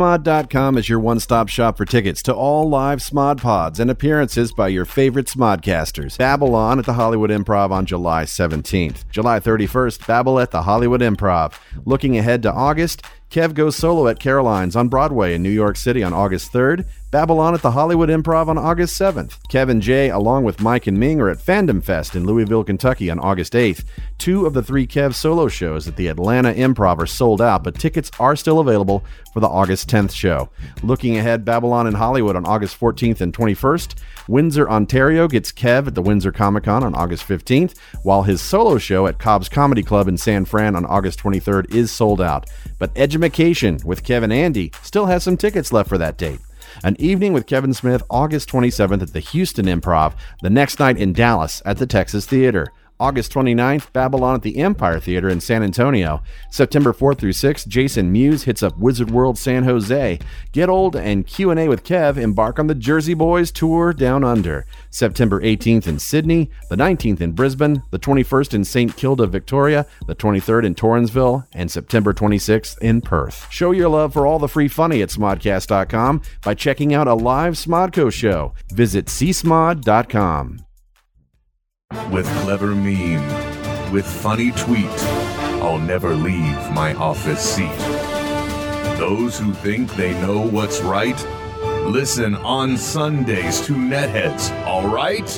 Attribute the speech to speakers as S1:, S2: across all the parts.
S1: CSmod.com is your one stop shop for tickets to all live Smod pods and appearances by your favorite Smodcasters. Babylon at the Hollywood Improv on July 17th. July 31st, Babel at the Hollywood Improv. Looking ahead to August, Kev goes solo at Caroline's on Broadway in New York City on August 3rd, Babylon at the Hollywood Improv on August 7th. Kevin Jay, along with Mike and Ming, are at Fandom Fest in Louisville, Kentucky on August 8th. Two of the three Kev solo shows at the Atlanta Improv are sold out, but tickets are still available for the August 10th show. Looking ahead, Babylon in Hollywood on August 14th and 21st. Windsor, Ontario gets Kev at the Windsor Comic Con on August 15th, while his solo show at Cobb's Comedy Club in San Fran on August 23rd is sold out. But Edumacation with Kevin Andy still has some tickets left for that date. An evening with Kevin Smith, August 27th at the Houston Improv, the next night in Dallas at the Texas Theater. August 29th, Babylon at the Empire Theater in San Antonio. September 4th through 6th, Jason Mewes hits up Wizard World San Jose. Get Old and Q&A with Kev embark on the Jersey Boys Tour Down Under. September 18th in Sydney, the 19th in Brisbane, the 21st in St. Kilda, Victoria, the 23rd in Torrensville, and September 26th in Perth. Show your love for all the free funny at smodcast.com by checking out a live Smodco show. Visit csmod.com.
S2: With clever meme, with funny tweet, I'll never leave my office seat. Those who think they know what's right, listen on Sundays to Netheads, all right?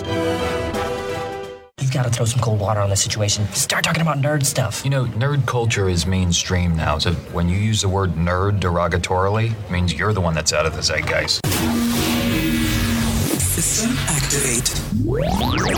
S3: You've got to throw some cold water on this situation. Start talking about nerd stuff.
S4: You know, nerd culture is mainstream now, so when you use the word nerd derogatorily, it means you're the one that's out of the zeitgeist.
S5: System activate.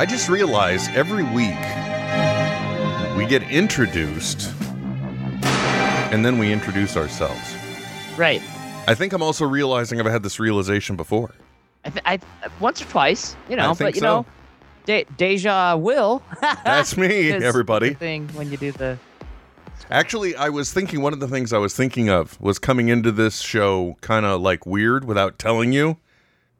S6: I just realized every week we get introduced and then we introduce ourselves.
S7: Right.
S6: I think I'm also realizing I've had this realization before.
S7: I, th- I once or twice, you know,
S6: I think
S7: but you
S6: so.
S7: know, de- deja will.
S6: That's me,
S7: Is
S6: everybody.
S7: the Thing when you do the
S6: Actually, I was thinking one of the things I was thinking of was coming into this show kind of like weird without telling you.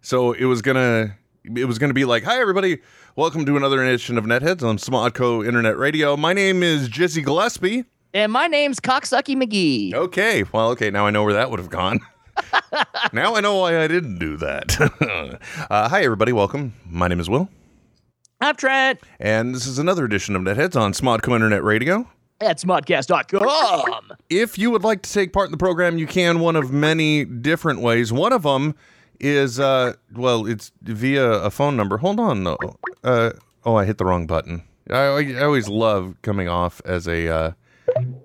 S6: So it was gonna it was gonna be like, "Hi everybody, welcome to another edition of Netheads on Smodco Internet Radio. My name is Jesse Gillespie."
S7: and my name's Cocksucky McGee.
S6: Okay, well, okay, now I know where that would have gone. now I know why I didn't do that. uh, hi everybody, welcome. My name is Will,
S7: I'm Trent.
S6: and this is another edition of Netheads on Smodco Internet Radio.
S7: That's modcast.com.
S6: If you would like to take part in the program, you can one of many different ways. One of them is, uh, well, it's via a phone number. Hold on, though. Uh, oh, I hit the wrong button. I, I always love coming off as a uh,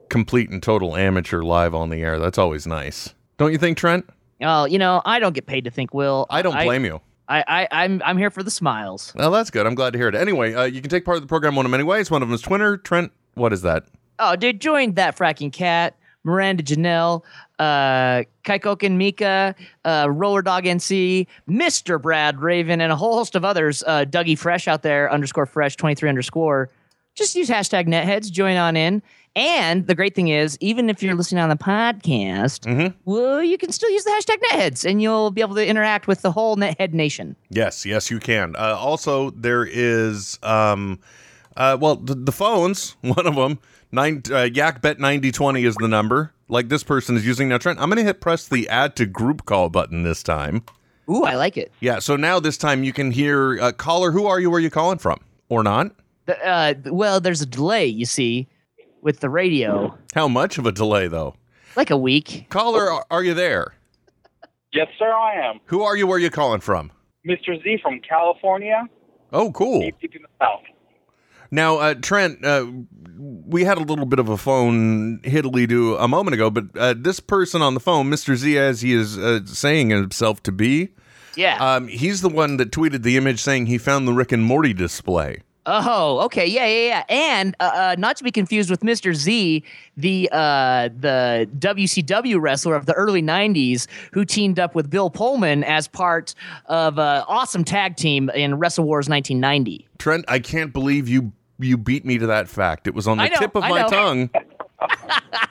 S6: complete and total amateur live on the air. That's always nice. Don't you think, Trent?
S7: Oh, you know, I don't get paid to think, Will.
S6: I don't blame you.
S7: I, I, I'm, I'm here for the smiles.
S6: Well, that's good. I'm glad to hear it. Anyway, uh, you can take part of the program one of many ways. One of them is Twitter. Trent, what is that?
S7: Oh, dude, join that fracking cat, Miranda Janelle, uh, Kaikoken Mika, uh, Roller Dog NC, Mr. Brad Raven, and a whole host of others. Uh, Dougie Fresh out there, underscore fresh, 23 underscore. Just use hashtag netheads, join on in. And the great thing is, even if you're listening on the podcast, well, you can still use the hashtag netheads and you'll be able to interact with the whole nethead nation.
S6: Yes, yes, you can. Uh, also, there is, um, uh, well, the, the phones, one of them, nine, uh, YakBet9020 is the number, like this person is using. Now, Trent, I'm going to hit press the add to group call button this time.
S7: Ooh, I like it.
S6: Yeah, so now this time you can hear, uh, caller, who are you, where are you calling from? Or not.
S7: The- Uh, well, there's a delay, you see, with the radio,
S6: How much of a delay, though?
S7: like a week.
S6: Caller, are, are you there?
S8: Yes, sir, I am.
S6: Who are you, where are you calling from?
S8: Mr. Z from California,
S6: Oh, cool.
S8: deep in the South.
S6: Now, uh, Trent, uh, we had a little bit of a phone hiddly do a moment ago, but uh, this person on the phone, Mr. Z, as he is uh, saying himself to be,
S7: Yeah.
S6: um, he's the one that tweeted the image saying he found the Rick and Morty display.
S7: Oh, okay, yeah, yeah, yeah, and uh, uh, not to be confused with Mr. Z, the uh, the WCW wrestler of the early '90s, who teamed up with Bill Pullman as part of an awesome tag team in Wrestle Wars 1990.
S6: Trent, I can't believe you you beat me to that fact. It was on the
S7: I know,
S6: tip of
S7: I
S6: my
S7: know.
S6: tongue.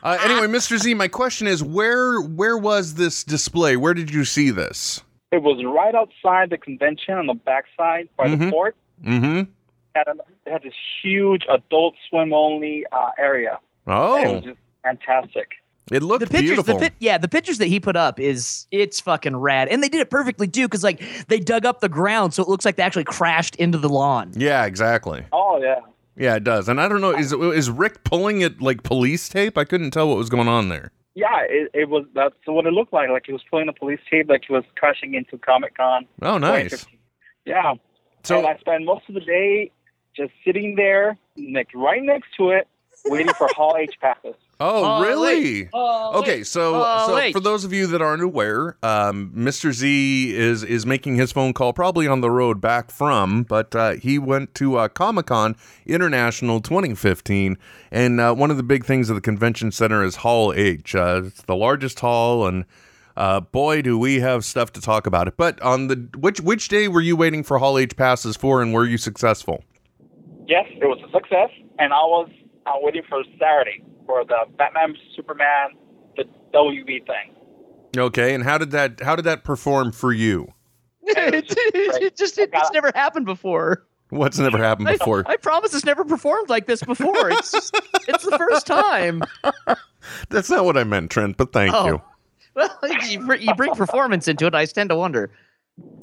S6: uh, anyway, Mr. Z, my question is where where was this display? Where did you see this?
S8: It was right outside the convention on the backside by the port.
S6: Mm-hmm.
S8: Had a, it had this huge adult swim only uh, area. And It was
S6: Oh,
S8: just fantastic.
S6: it looked
S7: the pictures, the
S6: beautiful.
S7: pit, yeah, the pictures that he put up is it's fucking rad, and they did it perfectly too, because like they dug up the ground, so it looks like they actually crashed into the lawn.
S6: yeah, exactly.
S8: Oh yeah.
S6: Yeah, it does. And I don't know, is is Rick pulling it like police tape? I couldn't tell what was going on there.
S8: Yeah, it, it was. That's what it looked like. Like he was pulling a police tape, like he was crashing into Comic Con.
S6: Oh, nice.
S8: Yeah.
S6: So-
S8: and I spent most of the day just sitting there, like right next to it, waiting for Hall H passes.
S6: Oh,
S7: Oh,
S6: really?
S7: wait. Oh,
S6: okay,
S7: wait.
S6: so
S7: Oh,
S6: so
S7: wait.
S6: for those of you that aren't aware, um, Mr. Z is is making his phone call probably on the road back from, but uh, he went to uh, Comic Con International 2015, and uh, one of the big things of the convention center is Hall H. Uh, it's the largest hall, and uh, boy, do we have stuff to talk about it. But on the which which day were you waiting for Hall H passes for, and were you successful?
S8: Yes, it was a success, and I was uh, waiting for Saturday for the Batman, Superman, the WB thing.
S6: Okay, and how did that how did that perform for you?
S7: it just, it just it's never happened before.
S6: What's never happened
S7: I-
S6: before?
S7: I, promise it's never performed like this before. It's just, it's the first time.
S6: That's not what I meant, Trent, but thank
S7: Oh. Well, you, br- you bring performance into it. I tend to wonder.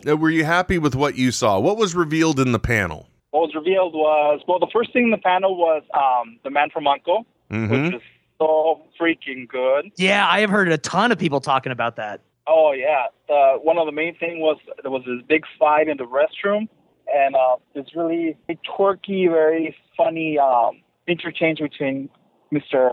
S6: you. Uh, Were you happy with what you saw? What was revealed in the panel?
S8: What was revealed was well, the first thing in the panel was um, the man from Uncle,
S6: hmm
S7: Mm-hmm.
S8: which is so freaking good.
S7: Yeah, I have heard a ton of people talking about that.
S8: Oh yeah, uh, one of the main thing was there was this big fight in the restroom, and uh, this really twerky, very funny um, interchange between Mr.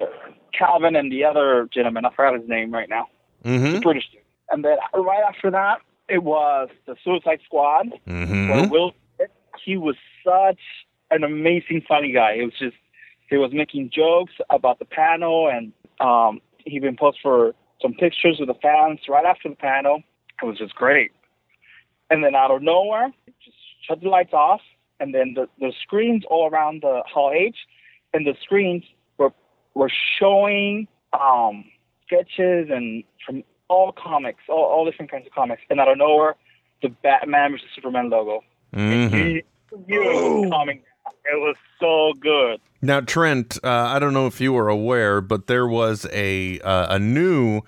S8: Calvin and the other gentleman. I forgot his name right now.
S6: hmm
S8: The British dude. And then right after that, it was the Suicide Squad. Where
S6: hmm
S8: Will he was such an amazing funny guy. It was just he was making jokes about the panel, and um, he even posed for some pictures with the fans right after the panel. It was just great. And then out of nowhere, just shut the lights off, and then the, the screens all around the hall H, and the screens were were showing um, sketches and from all comics, all, all different kinds of comics. And out of nowhere, the Batman versus Superman logo.
S6: hmm
S8: You knew it was coming. It was so good.
S6: Now, Trent, uh, I don't know if you were aware, but there was a uh, a new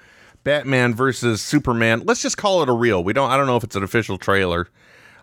S6: Batman versus Superman. Let's just call it a reel. We don't. I don't know if it's an official trailer.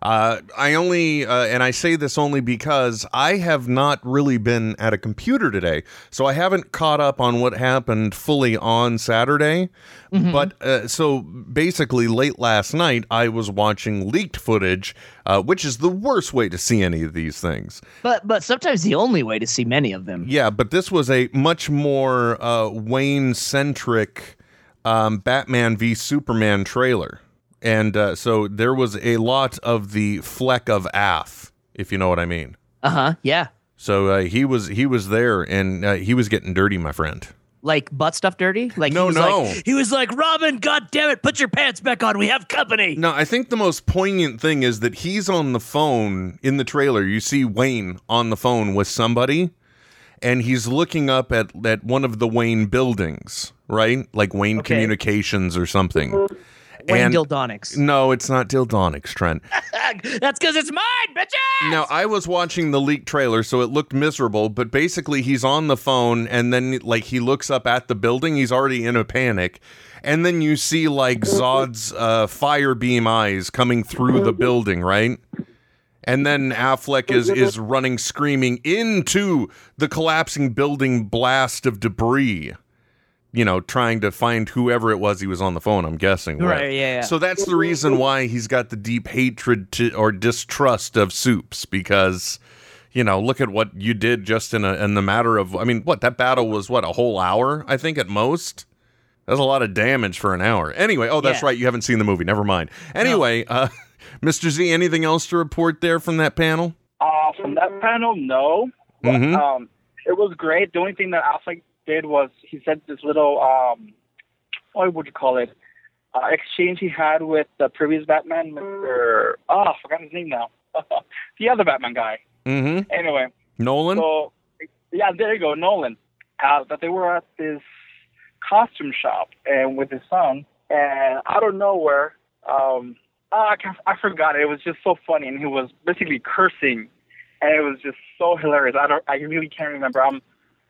S6: Uh, I only, uh, and I say this only because I have not really been at a computer today, so I haven't caught up on what happened fully on Saturday. But uh, so basically, late last night, I was watching leaked footage, uh, which is the worst way to see any of these things.
S7: But but sometimes the only way to see many of them.
S6: Yeah, but this was a much more uh, Wayne centric um, Batman v Superman trailer. And uh, so there was a lot of the fleck of Af, if you know what I mean.
S7: Uh huh. Yeah.
S6: So uh, he was he was there and uh, he was getting dirty, my friend.
S7: Like butt stuff dirty. Like
S6: No,
S7: he was
S6: no.
S7: Like, he was like Robin. God damn it! Put your pants back on. We have company.
S6: No, I think the most poignant thing is that he's on the phone in the trailer. You see Wayne on the phone with somebody, and he's looking up at, at one of the Wayne buildings, right? Like Wayne
S7: Okay.
S6: Communications or something.
S7: Wayne
S6: and-
S7: Dildonics.
S6: No, it's not Dildonics, Trent.
S7: That's because it's mine, bitches.
S6: now, I was watching the leak trailer, so it looked miserable, but basically he's on the phone and then like he looks up at the building, he's already in a panic. And then you see like Zod's uh, fire beam eyes coming through the building, right? And then Affleck is is running screaming into the collapsing building blast of debris. You know, trying to find whoever it was he was on the phone, I'm guessing.
S7: Right, yeah, yeah.
S6: So that's the reason why he's got the deep hatred to, or distrust of soups because you know, look at what you did just in a in the matter of I mean, what that battle was what a whole hour, I think at most. That's a lot of damage for an hour. Anyway, oh, that's
S7: Yeah.
S6: right. You haven't seen the movie. Never mind. Anyway, uh, Mr. Z, anything else to report there from that panel?
S8: Uh, Uh, from that panel, no.
S6: Mhm.
S8: Um, it was great. The only thing that Affleck did was he said this little, um, what would you call it, uh, exchange he had with the previous Batman, Mr. Oh, I forgot his name now. the other Batman guy.
S6: Mm-hmm.
S8: Anyway,
S6: Nolan.
S7: Oh,
S8: so, yeah, there you go, Nolan. Uh, that they were at this costume shop and with his son, and out of nowhere, um, ah, I, can't, I forgot. It was just so funny, and he was basically cursing, and it was just so hilarious. I don't, I really can't remember. I'm,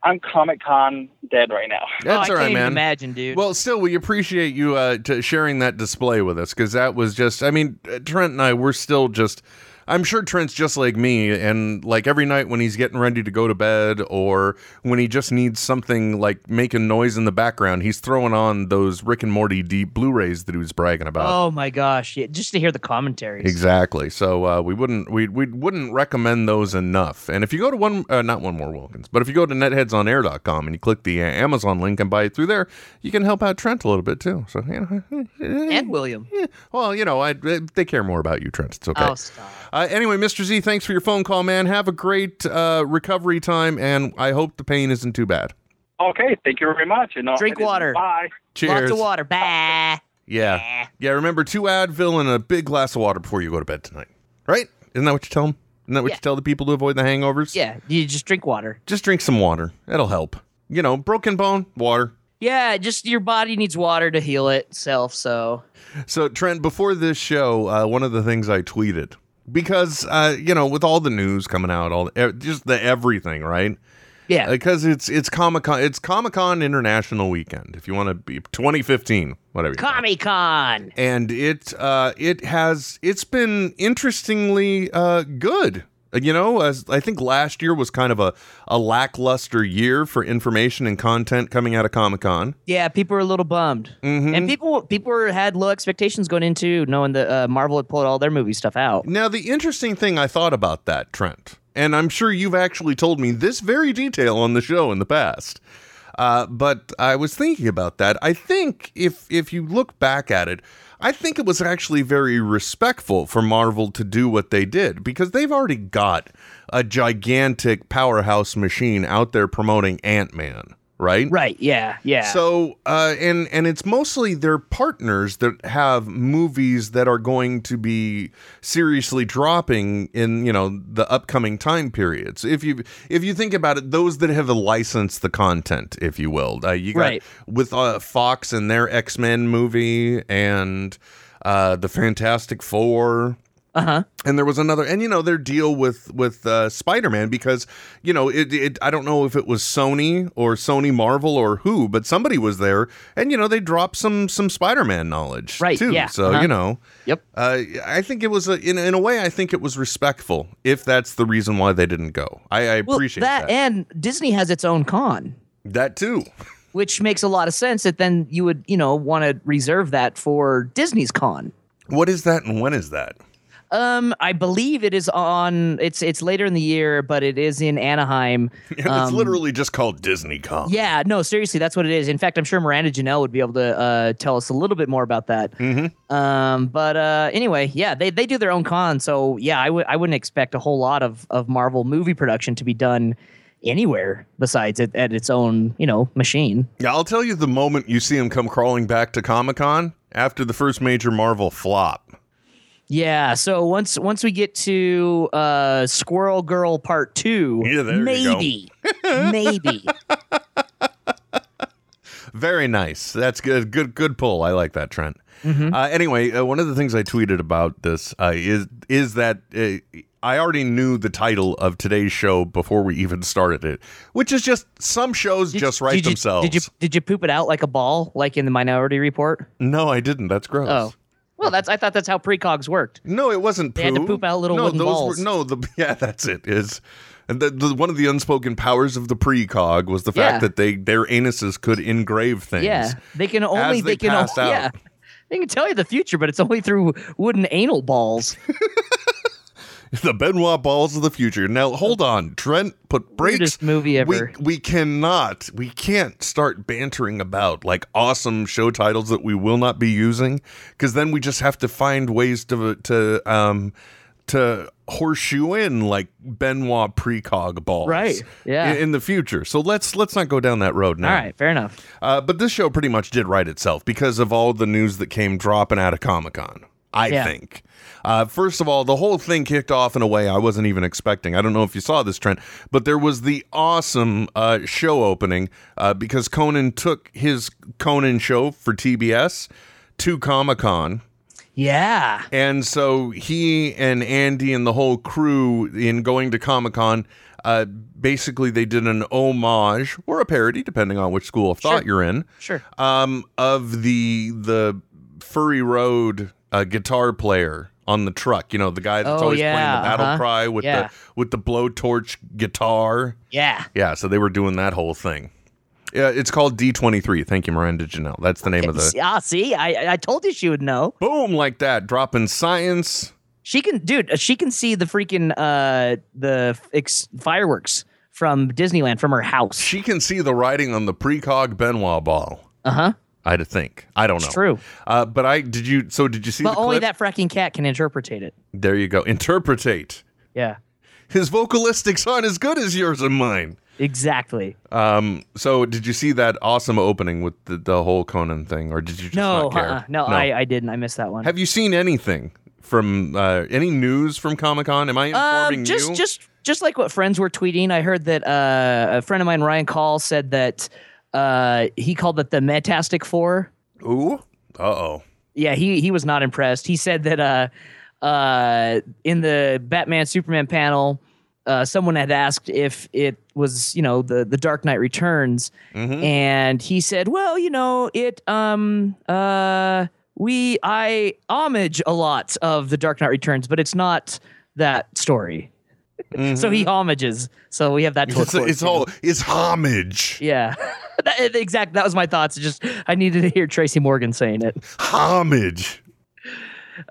S8: I'm Comic Con dead right now.
S6: That's
S7: oh,
S6: all
S7: I
S6: right,
S7: can't even
S6: man.
S7: Imagine, dude.
S6: Well, still, we appreciate you uh, t- sharing that display with us because that was just, I mean, uh, Trent and I, we're still just, I'm sure Trent's just like me. And like every night when he's getting ready to go to bed or when he just needs something like making noise in the background, he's throwing on those Rick and Morty deep Blu rays that he was bragging about.
S7: oh my gosh, yeah, just to hear the commentaries.
S6: Exactly. So uh, we wouldn't we we wouldn't recommend those enough. And if you go to one uh, not one more Wilkins, but if you go to netheadsonair.com and you click the uh, Amazon link and buy it through there, you can help out Trent a little bit too. So you know,
S7: And William.
S6: eh, well, you know, I, eh, they care more about you, Trent. It's okay.
S7: Oh, stop.
S6: Uh, anyway, Mr. Z, thanks for your phone call, man. Have a great uh, recovery time, and I hope the pain isn't too bad.
S8: Okay, thank you very much. You know,
S7: Drink
S8: it is-
S7: water.
S8: Bye.
S6: Cheers.
S7: Lots of water. Bah.
S6: Yeah. Yeah. Remember two Advil and a big glass of water before you go to bed tonight. Right? Isn't that what you tell them? Isn't that what
S7: Yeah.
S6: you tell the people to avoid the hangovers?
S7: Yeah, you just drink water.
S6: Just drink some water. That'll help. You know, broken bone, water.
S7: Yeah, just your body needs water to heal itself. So
S6: So, Trent, before this show, uh, one of the things I tweeted because uh, you know, with all the news coming out, all the, e, just the everything, right?
S7: yeah,
S6: Because it's it's Comic Con, it's Comic Con International Weekend. If you want to be 2015, whatever. you call it.
S7: Comic Con.
S6: and it uh, it has it's been interestingly uh, good. Uh, You know, as I think last year was kind of a, a lackluster year for information and content coming out of Comic Con.
S7: Yeah, people were a little bummed,
S6: Mm-hmm.
S7: and people people were, had low expectations going into knowing that uh, Marvel had pulled all their movie stuff out.
S6: Now, the interesting thing I thought about that, Trent, and I'm sure you've actually told me this very detail on the show in the past. Uh, but I was thinking about that. I think if if you look back at it, I think it was actually very respectful for Marvel to do what they did because they've already got a gigantic powerhouse machine out there promoting Ant Man, right?
S7: Right? Yeah, yeah.
S6: So uh, and and it's mostly their partners that have movies that are going to be seriously dropping in you know the upcoming time periods. If you if you think about it, those that have licensed the content, if you will, uh, you got
S7: Right.
S6: with uh, Fox and their X Men movie and uh, the Fantastic Four
S7: uh huh.
S6: and there was another and you know their deal with with uh, spider-man because you know it, it i don't know if it was sony or sony marvel or who but somebody was there and you know they dropped some some spider-man knowledge
S7: Right,
S6: too
S7: yeah,
S6: so
S7: uh-huh.
S6: you know
S7: Yep.
S6: uh, i think it was a, in, in a way i think it was respectful if that's the reason why they didn't go i, I
S7: Well,
S6: appreciate
S7: that,
S6: that
S7: and Disney has its own con,
S6: that too
S7: which makes a lot of sense. That then you would you know want to reserve that for Disney's con.
S6: what is that and when is that
S7: Um, I believe it is on. It's it's later in the year, but it is in Anaheim.
S6: it's literally just called disney con
S7: Um, Yeah, no, seriously, that's what it is. In fact, I'm sure Miranda Janelle would be able to uh, tell us a little bit more about that.
S6: Mm-hmm.
S7: Um, but uh, anyway, yeah, they, they do their own con, so yeah, I would I wouldn't expect a whole lot of of Marvel movie production to be done anywhere besides at, at its own you know machine.
S6: Yeah, I'll tell you the moment you see him come crawling back to Comic Con after the first major Marvel flop.
S7: Yeah, so once once we get to uh, Squirrel Girl Part Two,
S6: Yeah, there you go.
S7: maybe, maybe.
S6: Very nice. That's good. Good. Good pull. I like that, Trent.
S7: Mm-hmm.
S6: Uh, anyway, uh, one of the things I tweeted about this uh, is is that uh, I already knew the title of today's show before we even started it, which is just some shows
S7: Did-
S6: just write
S7: did you-
S6: themselves.
S7: Did you did you poop it out like a ball, like in the Minority Report?
S6: No, I didn't. That's gross.
S7: Oh, well, that's I thought that's how precogs worked.
S6: No, it wasn't poo.
S7: They had to poop out little
S6: no,
S7: wooden
S6: those
S7: balls.
S6: Were, no, the yeah, that's it. Is and the, the, one of the unspoken powers of the precog was the fact
S7: Yeah.
S6: that they their anuses could engrave things.
S7: Yeah, they can only
S6: as they
S7: can
S6: pass out.
S7: only, yeah. They can tell you the future, but it's only through wooden anal balls.
S6: the Benoit balls of the future. Now hold on, Trent. Put brakes.
S7: Weirdest movie ever.
S6: We we cannot we can't start bantering about like awesome show titles that we will not be using because then we just have to find ways to to um to horseshoe in like Benoit precog balls,
S7: Right, yeah.
S6: In, in the future, so let's let's not go down that road now.
S7: All right, fair enough.
S6: Uh, but this show pretty much did write itself because of all the news that came dropping out of Comic Con. I
S7: Yeah.
S6: think. Uh, first of all, the whole thing kicked off in a way I wasn't even expecting. I don't know if you saw this trend, but there was the awesome uh, show opening uh, because Conan took his Conan show for TBS to Comic Con.
S7: Yeah.
S6: And so he and Andy and the whole crew in going to Comic Con, uh, basically they did an homage or a parody, depending on which school of thought you're in,
S7: Sure.
S6: um, of the the Furry Road uh, guitar player on the truck. You know, the guy that's
S7: Oh,
S6: always
S7: yeah,
S6: playing the battle
S7: uh-huh.
S6: cry with
S7: Yeah.
S6: the with the blowtorch guitar.
S7: Yeah.
S6: Yeah, so they were doing that whole thing. Yeah, it's called D23. Thank you, Miranda Janelle. That's the name of the
S7: See, ah, see, I I told you she would know.
S6: boom like that. Dropping science.
S7: She can, dude. uh, She can see the freaking uh the ex- fireworks from Disneyland from her house.
S6: She can see the writing on the precog Benoit ball.
S7: Uh huh.
S6: I'd think. I don't know.
S7: It's true.
S6: Uh, but I did you. So did you see?
S7: But
S6: the
S7: only
S6: clip?
S7: that fracking cat can interpretate it.
S6: There you go. Interpretate.
S7: Yeah.
S6: His vocalistics aren't as good as yours and mine.
S7: Exactly.
S6: Um. So did you see that awesome opening with the, the whole Conan thing, or did you just
S7: No,
S6: not care?
S7: uh-uh. no, I, I didn't. I missed that one.
S6: Have you seen anything from uh, any news from Comic Con? Am I informing
S7: Um, just,
S6: you?
S7: just, just like what friends were tweeting. I heard that uh, a friend of mine, Ryan Call, said that uh, he called it the Metastic Four.
S6: Ooh. Uh oh.
S7: Yeah, he he was not impressed. He said that uh, uh, in the Batman Superman panel, uh, someone had asked if it was you know the the Dark Knight Returns,
S6: Mm-hmm.
S7: and he said, well, you know it um uh we I homage a lot of the Dark Knight Returns, but it's not that story. so he homages. So we have that. To look
S6: Mm-hmm. It's,
S7: forward
S6: it's
S7: to.
S6: all it's homage.
S7: Yeah, that, exactly. That was my thoughts. It's Just I needed to hear Tracy Morgan saying it.
S6: Homage.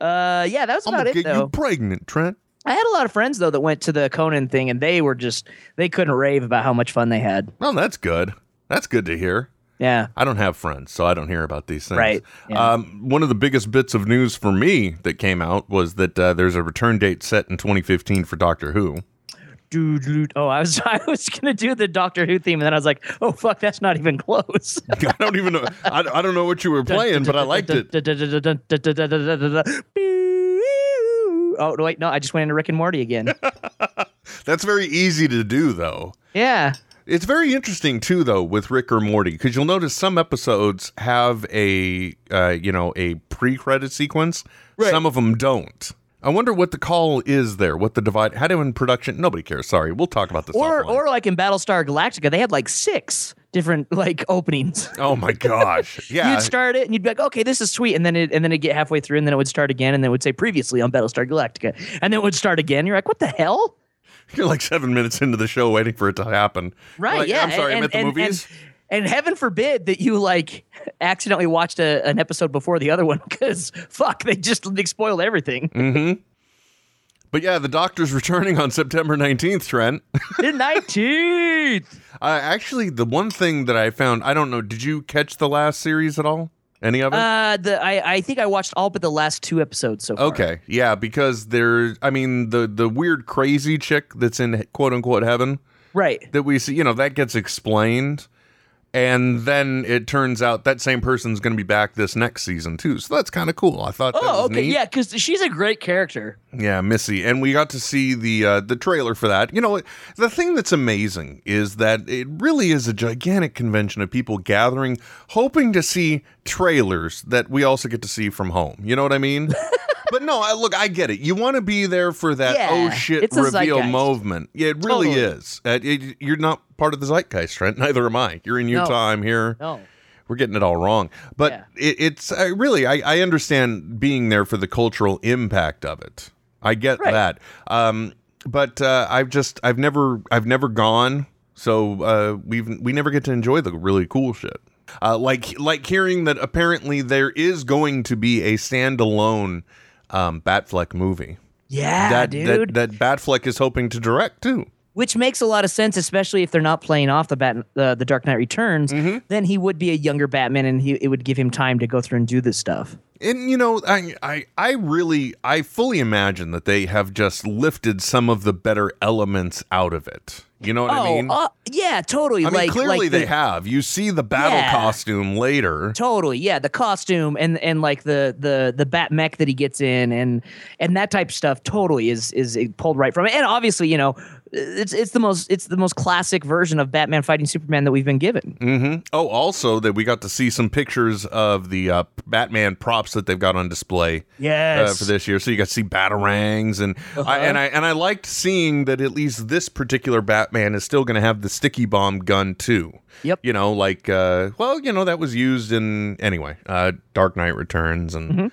S7: Uh, yeah, that was
S6: I'm
S7: about
S6: gonna
S7: it
S6: get you
S7: though.
S6: pregnant, Trent.
S7: I had a lot of friends though that went to the Conan thing, and they were just they couldn't rave about how much fun they had.
S6: Well, that's good. That's good to hear.
S7: Yeah,
S6: I don't have friends, so I don't hear about these things.
S7: Right, yeah.
S6: Um, one of the biggest bits of news for me that came out was that uh, there's a return date set in 2015 for Doctor Who.
S7: dude. dude. Oh, I was I was gonna do the Doctor Who theme, and then I was like, oh fuck, that's not even close.
S6: I don't even know. I, I don't know what you were playing, but I liked it.
S7: Oh wait, no, I just went into Rick and Morty again.
S6: That's very easy to do, though.
S7: Yeah,
S6: It's very interesting too, though, with Rick or Morty, because you'll notice some episodes have a uh, you know a pre-credit sequence. Some of them don't. I wonder what the call is there. What the divide? How do in production? Nobody cares. Sorry, we'll talk about this.
S7: or
S6: offline.
S7: or like in Battlestar Galactica, they had like six different like openings.
S6: oh my gosh, yeah.
S7: You'd start it and you'd be like, okay, this is sweet. And then it, and then it'd get halfway through and then it would start again. And then it would say previously on Battlestar Galactica. And then it would start again. You're like, what the hell?
S6: You're like seven minutes into the show, waiting for it to happen.
S7: Right.
S6: Like,
S7: yeah.
S6: I'm sorry, I'm at the movies.
S7: And, and heaven forbid that you like accidentally watched a, an episode before the other one because fuck, they just they spoiled everything.
S6: Mm. but yeah, the Doctor's returning on September 19th, Trent.
S7: the 19th.
S6: Uh, actually, the one thing that I found, I don't know, did you catch the last series at all? Any of it?
S7: Uh, the, I, I think I watched all but the last two episodes so far.
S6: Okay, yeah, because there. I mean, the the weird crazy chick that's in quote unquote heaven
S7: Right.
S6: that we see, you know, that gets explained, and then it turns out that same person's going to be back this next season too. So that's kind of cool. I thought. that
S7: Oh,
S6: was
S7: okay.
S6: neat.
S7: Yeah, because she's a great character.
S6: Yeah, Missy, and we got to see the uh, the trailer for that. You know, the thing that's amazing is that it really is a gigantic convention of people gathering, hoping to see trailers that we also get to see from home. You know what I mean? but no, I, look, I get it. You want to be there for that
S7: Yeah,
S6: oh shit
S7: it's a
S6: reveal
S7: zeitgeist.
S6: movement. Yeah, it really
S7: Totally.
S6: is. Uh, it- you're not part of the zeitgeist, Trent. Neither am I. You're in
S7: No.
S6: Utah. I'm here
S7: No.
S6: we're getting it all wrong. But
S7: Yeah.
S6: it, it's I really, I, I understand being there for the cultural impact of it. I get
S7: Right.
S6: that. Um, but uh, I've just, I've never, I've never gone. So uh, we've we never get to enjoy the really cool shit. Uh, like like hearing that apparently there is going to be a standalone um, Batfleck movie.
S7: Yeah,
S6: that,
S7: Ah,
S6: that
S7: dude.
S6: that Batfleck is hoping to direct too.
S7: which makes a lot of sense, especially if they're not playing off the Bat, uh,
S6: Mm-hmm.
S7: the Dark Knight Returns. Then he would be a younger Batman, and he, it would give him time to go through and do this stuff.
S6: and you know, I, I, I really, I fully imagine that they have just lifted some of the better elements out of it. You know what
S7: oh,
S6: I mean?
S7: uh, yeah, totally.
S6: I mean,
S7: like,
S6: clearly
S7: like
S6: they
S7: the-
S6: have. You see the battle
S7: Yeah.
S6: costume later.
S7: Totally, yeah. The costume and and like the the the bat mech that he gets in and and that type of stuff totally is is pulled right from it. And obviously, you know, it's it's the most it's the most classic version of Batman fighting Superman that we've been given.
S6: hmm Oh, also that we got to see some pictures of the uh, Batman props that they've got on display.
S7: Yes. Uh-huh.
S6: uh, for this year. So you got to see batarangs and I, and I and I liked seeing that at least this particular Batman is still going to have the sticky bomb gun too.
S7: Yep.
S6: You know, like uh, well, you know that was used in anyway, uh, Dark Knight Returns and.
S7: Mm-hmm.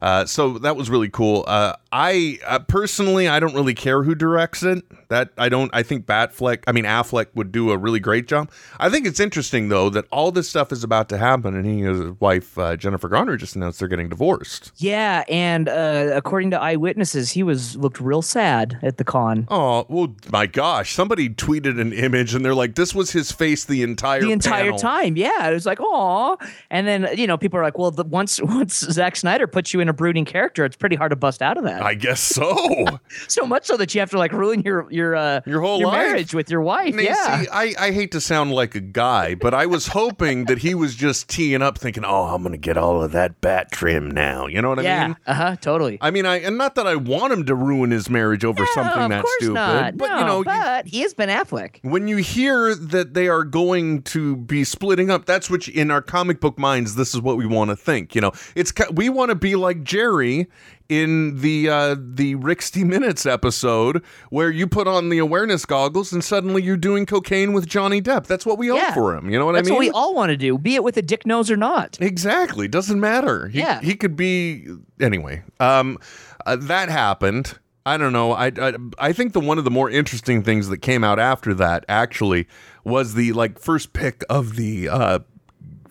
S6: Uh, so that was really cool. Uh, I uh, personally, I don't really care who directs it. That I don't. I think Batfleck. I mean Affleck would do a really great job. I think it's interesting though that all this stuff is about to happen, and he and his wife uh, Jennifer Garner just announced they're getting divorced.
S7: Yeah, and uh, according to eyewitnesses, he was looked real sad at the con.
S6: Oh well, my gosh! Somebody tweeted an image, and they're like, "This was his face the entire
S7: The entire
S6: panel."
S7: time, yeah, it was like, oh, and then you know, people are like, well, the, once once Zack Snyder puts you in a brooding character, it's pretty hard to bust out of that.
S6: I guess so.
S7: so much so that you have to like ruin your your uh,
S6: Your whole life.
S7: marriage with your wife.
S6: Now, you
S7: yeah,
S6: see, I, I hate to sound like a guy, but I was hoping that he was just teeing up, thinking, "Oh, I'm gonna get all of that bat trim now." You know what I
S7: yeah,
S6: mean?
S7: uh huh, totally.
S6: I mean, I and not that I want him to ruin his marriage over something
S7: no, of
S6: that
S7: course
S6: stupid,
S7: not.
S6: but
S7: no,
S6: you know, you-
S7: but he has been Affleck.
S6: when you hear that they are going to be splitting up that's what you- in our comic book minds this is what we want to think you know it's ki- we want to be like jerry in the uh the rixty minutes episode where you put on the awareness goggles and suddenly you're doing cocaine with johnny depp that's what we
S7: Yeah.
S6: all for him you know what
S7: That's
S6: i mean
S7: what we all want to do, be it with a dick nose or not.
S6: Exactly. Doesn't matter. He,
S7: Yeah.
S6: He could be anyway. Um, uh, that happened. I don't know. I, I I think the one of the more interesting things that came out after that actually was the like first pick of the uh,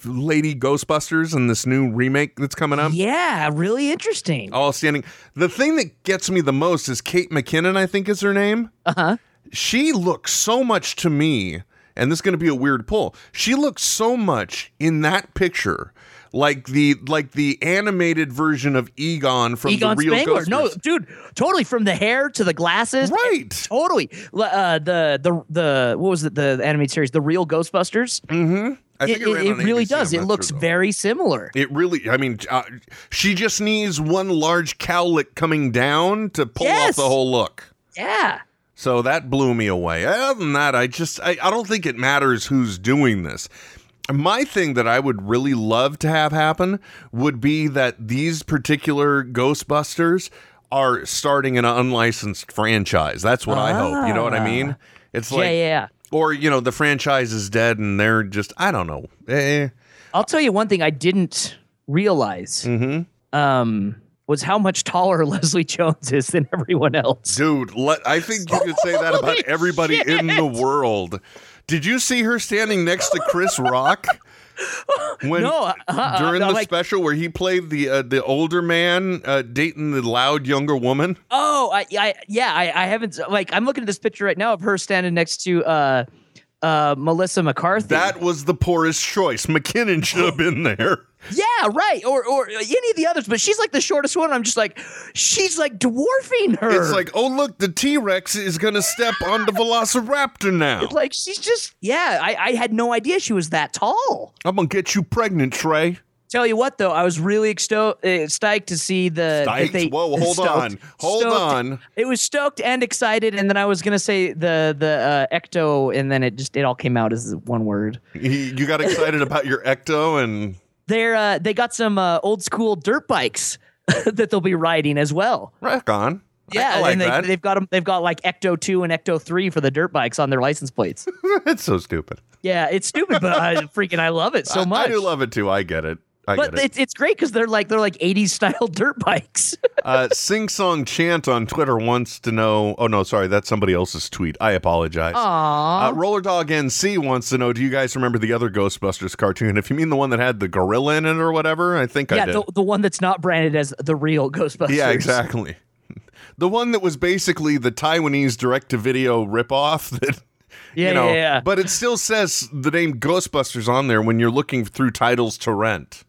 S6: Lady Ghostbusters and this new remake that's coming up.
S7: yeah, really interesting.
S6: All standing. The thing that gets me the most is Kate McKinnon. I think is her name. Uh huh.
S7: Uh-huh.
S6: She looks so much to me, and this is going to be a weird pull. She looks so much in that picture, like the like the animated version of Egon from
S7: Egon
S6: the real
S7: Spangler. No,
S6: Ghostbusters.
S7: dude, totally from the hair to the glasses.
S6: Right.
S7: Totally. L- Uh, the the the what was it? The animated series, the real Ghostbusters.
S6: I
S7: It,
S6: think
S7: it,
S6: ran
S7: it
S6: on
S7: really
S6: ABC,
S7: does.
S6: I'm
S7: It
S6: not
S7: looks
S6: sure, though.
S7: very similar.
S6: It really, I mean, uh, she just needs one large cowlick coming down to pull
S7: Yes.
S6: off the whole look.
S7: Yeah.
S6: So that blew me away. Other than that, I just I, I don't think it matters who's doing this. My thing that I would really love to have happen would be that these particular Ghostbusters are starting an unlicensed franchise. That's what I hope. You know what I mean? It's like
S7: Ah. yeah, yeah, yeah.
S6: or you know, the franchise is dead and they're just I don't know. Eh.
S7: I'll tell you one thing I didn't realize
S6: Mm-hmm.
S7: um, was how much taller Leslie Jones is than everyone else.
S6: Dude, let, I think you could say that about
S7: Holy
S6: everybody in the
S7: shit.
S6: world. Did you see her standing next to Chris Rock? When,
S7: No, uh-uh,
S6: during
S7: I'm
S6: the
S7: like-
S6: special where he played the uh, the older man uh, dating the loud younger woman.
S7: Oh, I, I yeah, I, I haven't like I'm looking at this picture right now of her standing next to uh, uh, Melissa McCarthy.
S6: That was the poorest choice. McKinnon should have been there.
S7: yeah, right. Or or any of the others, but she's like the shortest one. I'm just like, she's like dwarfing her.
S6: It's like, oh look, the T Rex is gonna step on the Velociraptor now.
S7: It's like she's just yeah. I, I had no idea she was that tall.
S6: I'm gonna get you pregnant, Trey.
S7: Tell you what, though, I was really exto- uh, stoked to see the. that
S6: Stoked?
S7: They,
S6: Whoa, hold
S7: stoked-
S6: on. Hold
S7: stoked.
S6: on.
S7: It was stoked and excited, and then I was gonna say the the uh, ecto, and then it just it all came out as one word.
S6: He- You got excited about your ecto and
S7: They're uh, they got some uh, old school dirt bikes that they'll be riding as well.
S6: rock on. I-
S7: Yeah,
S6: I like
S7: and they,
S6: that.
S7: they've got them. They've got like Ecto two and Ecto three for the dirt bikes on their license plates.
S6: It's so stupid.
S7: yeah, it's stupid, but I freaking I love it so
S6: I-
S7: much.
S6: I, do love it too. I get it. I
S7: but
S6: get it.
S7: it's, it's great because they're like they're like 80s style dirt bikes.
S6: uh, Sing Song Chant on Twitter wants to know. Oh no, sorry, that's somebody else's tweet. I apologize.
S7: Aww.
S6: Uh, Roller Dog NC wants to know: Do you guys remember the other Ghostbusters cartoon? If you mean the one that had the gorilla in it or whatever, I think I
S7: yeah,
S6: did.
S7: the, the one that's not branded as the real Ghostbusters.
S6: yeah, exactly. The one that was basically the Taiwanese direct-to-video ripoff that.
S7: Yeah,
S6: you know,
S7: yeah, yeah.
S6: But it still says the name Ghostbusters on there when you're looking through titles to rent.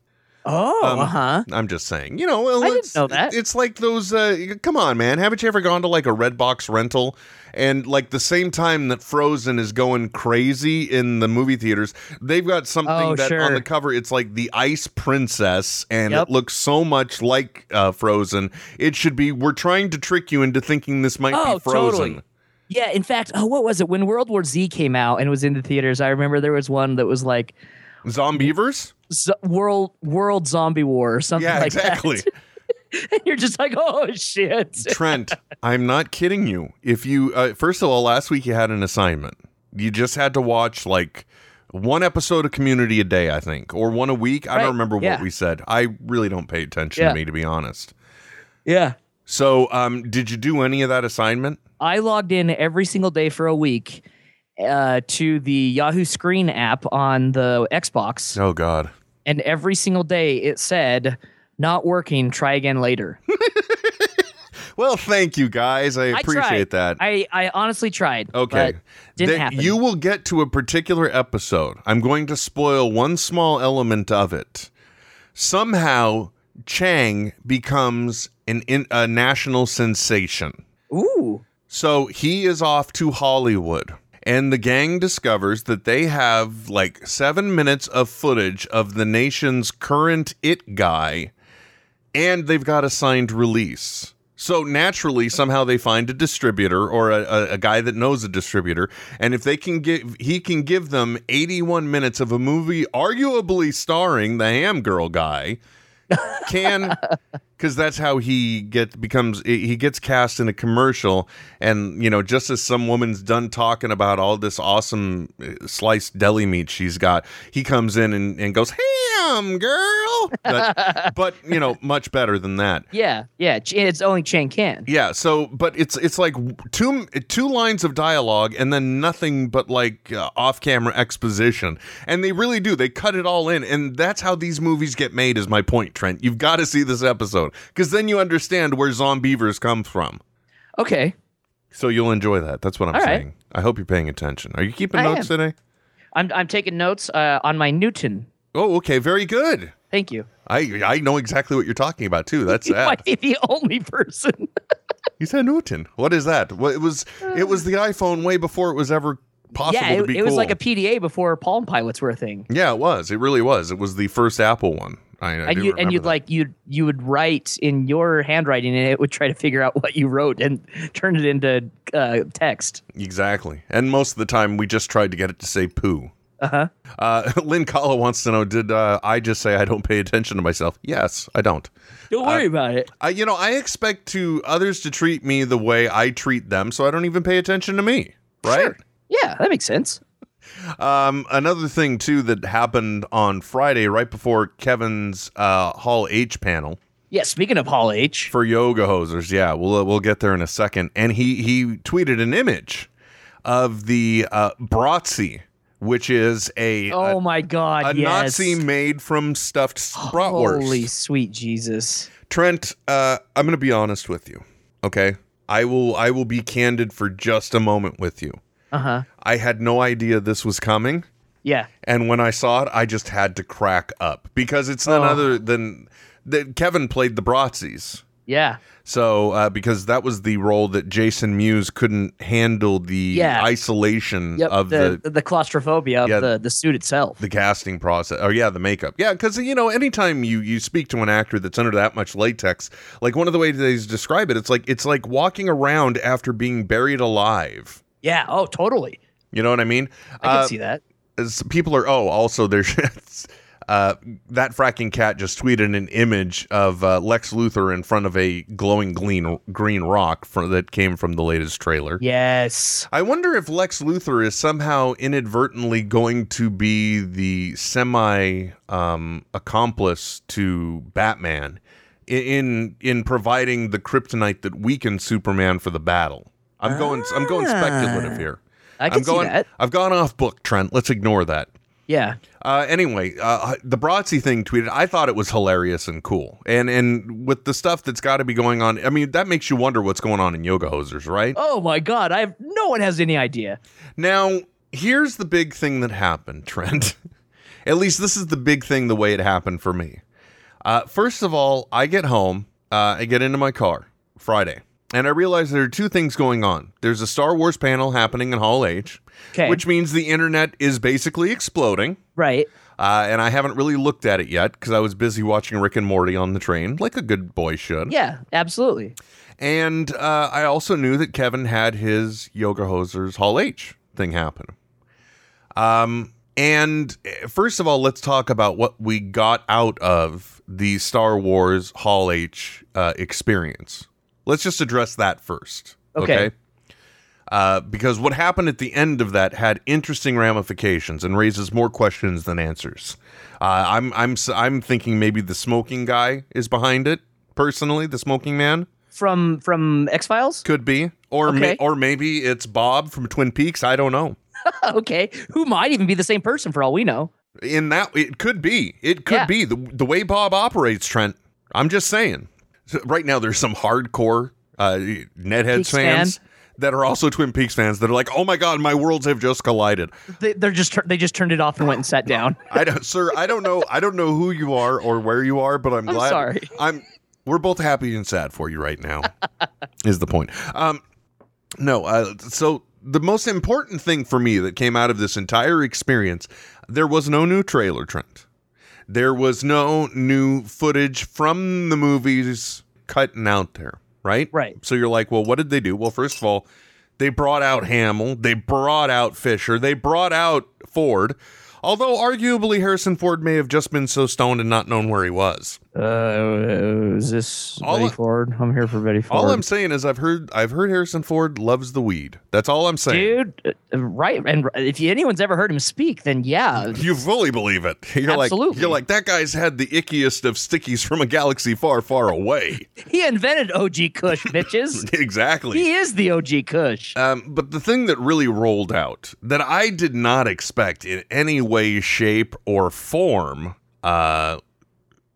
S7: Oh,
S6: Um,
S7: uh huh.
S6: I'm just saying. You know, well,
S7: I didn't
S6: it's,
S7: know that.
S6: It's like those. Uh, come on, man. Haven't you ever gone to like a Red Box rental? And like the same time that Frozen is going crazy in the movie theaters, they've got something
S7: Oh,
S6: that on
S7: sure.
S6: the cover it's like the Ice Princess, and
S7: Yep.
S6: it looks so much like uh, Frozen. It should be. We're trying to trick you into thinking this might
S7: Oh,
S6: be Frozen.
S7: totally. Yeah, in fact, oh, what was it when World War Z came out and was in the theaters? I remember there was one that was like
S6: Zombievers?
S7: Z- World World Zombie War or something
S6: Yeah,
S7: like
S6: exactly.
S7: that. You're just like, oh shit.
S6: Trent, I'm not kidding you. If you uh, first of all, last week you had an assignment. You just had to watch like one episode of Community a day, I think, or one a week. I
S7: Right,
S6: don't remember what
S7: yeah.
S6: we said. I really don't pay attention
S7: Yeah.
S6: to me, to be honest.
S7: Yeah.
S6: So, um, did you do any of that assignment?
S7: I logged in every single day for a week uh, to the Yahoo Screen app on the Xbox,
S6: Oh God,
S7: and every single day it said, "Not working. Try again later."
S6: Well, thank you guys. I
S7: I
S6: appreciate
S7: tried.
S6: that.
S7: I I honestly tried.
S6: Okay.
S7: but didn't
S6: There-
S7: happen.
S6: You will get to a particular episode. I'm going to spoil one small element of it. Somehow, Chang becomes an in, a national sensation.
S7: Ooh.
S6: So he is off to Hollywood, and the gang discovers that they have like seven minutes of footage of the nation's current it guy, and they've got a signed release. So naturally, somehow they find a distributor or a, a, a guy that knows a distributor, and if they can give, he can give them 81 minutes of a movie, arguably starring the Ham Girl guy. Can because that's how he get becomes he gets cast in a commercial and you know just as some woman's done talking about all this awesome uh, sliced deli meat she's got he comes in and, and goes ham girl but, but you know much better than that
S7: Yeah. Yeah. Ch- It's only Chang can.
S6: yeah so but it's it's like two two lines of dialogue and then nothing but like uh, off-camera exposition and they really do they cut it all in and that's how these movies get made is my point trent you've got to see this episode because then you understand where zombievers come from
S7: Okay.
S6: so you'll enjoy that that's what i'm
S7: All right.
S6: saying i hope you're paying attention are you keeping
S7: I
S6: notes
S7: am.
S6: today
S7: I'm I'm taking notes uh, on my Newton.
S6: oh okay very good
S7: Thank you.
S6: I, I know exactly what you're talking about too. That's
S7: You
S6: sad.
S7: might be the only person.
S6: You said Newton. What is that? Well, it was it was the iPhone way before it was ever possible
S7: yeah, it,
S6: to be
S7: it was
S6: cool.
S7: like a PDA before Palm Pilots were a thing.
S6: Yeah, it was. It really was. It was the first Apple one. I, I do
S7: and you
S6: remember
S7: and you'd
S6: that.
S7: like you would you would write in your handwriting and it would try to figure out what you wrote and turn it into uh, text.
S6: exactly. And most of the time, we just tried to get it to say poo.
S7: Uh-huh.
S6: Uh, Lynn Kala wants to know: Did uh, I just say I don't pay attention to myself? Yes, I don't.
S7: Don't worry
S6: Uh,
S7: about it.
S6: I, you know, I expect to others to treat me the way I treat them, so I don't even pay attention to me. Right.
S7: Yeah, that makes sense.
S6: Um, another thing too that happened on Friday, right before Kevin's uh, Hall H panel.
S7: Yeah, speaking of Hall H,
S6: for yoga hosers. Yeah, we'll uh, we'll get there in a second. And he he tweeted an image of the uh, Bratzi, which is a
S7: oh
S6: a,
S7: my god,
S6: uh, a
S7: yes.
S6: Nazi made from stuffed s- bratwurst.
S7: Holy sweet Jesus.
S6: Trent, uh, I'm going to be honest with you. Okay, I will I will be candid for just a moment with you.
S7: Uh-huh.
S6: I had no idea this was coming.
S7: Yeah.
S6: And when I saw it, I just had to crack up because it's none
S7: Oh.
S6: other than that Kevin played the Bratzis.
S7: Yeah.
S6: So, uh, because that was the role that Jason Mewes couldn't handle the
S7: Yeah.
S6: isolation
S7: Yep.
S6: of
S7: the,
S6: the,
S7: the claustrophobia of
S6: Yeah.
S7: the, the suit itself.
S6: the casting process. Oh, yeah, the makeup. Yeah, because, you know, anytime you, you speak to an actor that's under that much latex, like one of the ways they describe it, it's like it's like walking around after being buried alive.
S7: yeah, oh totally.
S6: You know what I mean?
S7: I can
S6: Uh,
S7: see that.
S6: as people are oh also there's uh, that fracking cat just tweeted an image of uh, Lex Luthor in front of a glowing green green rock fro- that came from the latest trailer.
S7: Yes.
S6: I wonder if Lex Luthor is somehow inadvertently going to be the semi um, accomplice to Batman i- in in providing the kryptonite that weakens Superman for the battle. I'm going I'm going speculative here.
S7: Ah. I can
S6: am going,
S7: see that.
S6: I've gone off book, Trent. Let's ignore that.
S7: Yeah.
S6: Uh, anyway, uh, the Bratzi thing tweeted. I thought it was hilarious and cool, and and with the stuff that's got to be going on. I mean, that makes you wonder what's going on in yoga hosers, right?
S7: Oh my god, I have no one has any idea.
S6: Now, here's the big thing that happened, Trent. At least this is the big thing the way it happened for me. Uh, first of all, I get home, uh, I get into my car Friday, and I realize there are two things going on. There's a Star Wars panel happening in Hall H,
S7: 'Kay.
S6: which means the internet is basically exploding.
S7: Right.
S6: Uh, and I haven't really looked at it yet because I was busy watching Rick and Morty on the train, like a good boy should.
S7: Yeah, absolutely.
S6: And uh, I also knew that Kevin had his Yoga Hosers Hall H thing happen. Um, and eh, first of all, let's talk about what we got out of the Star Wars Hall H uh, experience. Let's just address that first.
S7: Okay.
S6: Uh, because what happened at the end of that had interesting ramifications and raises more questions than answers. Uh, I'm I'm s- I'm thinking maybe the smoking guy is behind it. Personally, the smoking man.
S7: From from X Files.
S6: Could be, or
S7: Okay.
S6: ma- or maybe it's Bob from Twin Peaks. I don't know.
S7: okay, who might even be the same person for all we know?
S6: In that, it could be. It could
S7: Yeah.
S6: be the the way Bob operates, Trent. I'm just saying. So right now, there's some hardcore uh, netheads
S7: Peaks fan.
S6: fans that are also Twin Peaks fans that are like, "Oh my God, my worlds have just collided."
S7: They, they're just tur- they just turned it off and went and sat down.
S6: I don't, sir. I don't know. I don't know who you are or where you are, but I'm,
S7: I'm
S6: glad.
S7: sorry.
S6: I'm. We're both happy and sad for you right now. is the point? Um, no. Uh, so the most important thing for me that came out of this entire experience, there was no new trailer, Trent. There was no new footage from the movies cutting out there. Right.
S7: Right.
S6: So you're like, well, what did they do? Well, first of all, they brought out Hamill, they brought out Fisher, they brought out Ford. Although arguably Harrison Ford may have just been so stoned and not known where he was.
S7: Uh, is this
S6: All Betty I-
S7: Ford? I'm here for Betty Ford.
S6: All I'm saying is I've heard I've heard Harrison Ford loves the weed. That's all I'm saying.
S7: dude, uh, right? And if anyone's ever heard him speak, then yeah,
S6: You fully believe it. You're like
S7: Absolutely.
S6: you're like that guy's had the ickiest of stickies from a galaxy far, far away.
S7: he invented OG Kush, bitches.
S6: exactly.
S7: he is the OG Kush.
S6: Um, but the thing that really rolled out that I did not expect in any way, shape, or form, uh,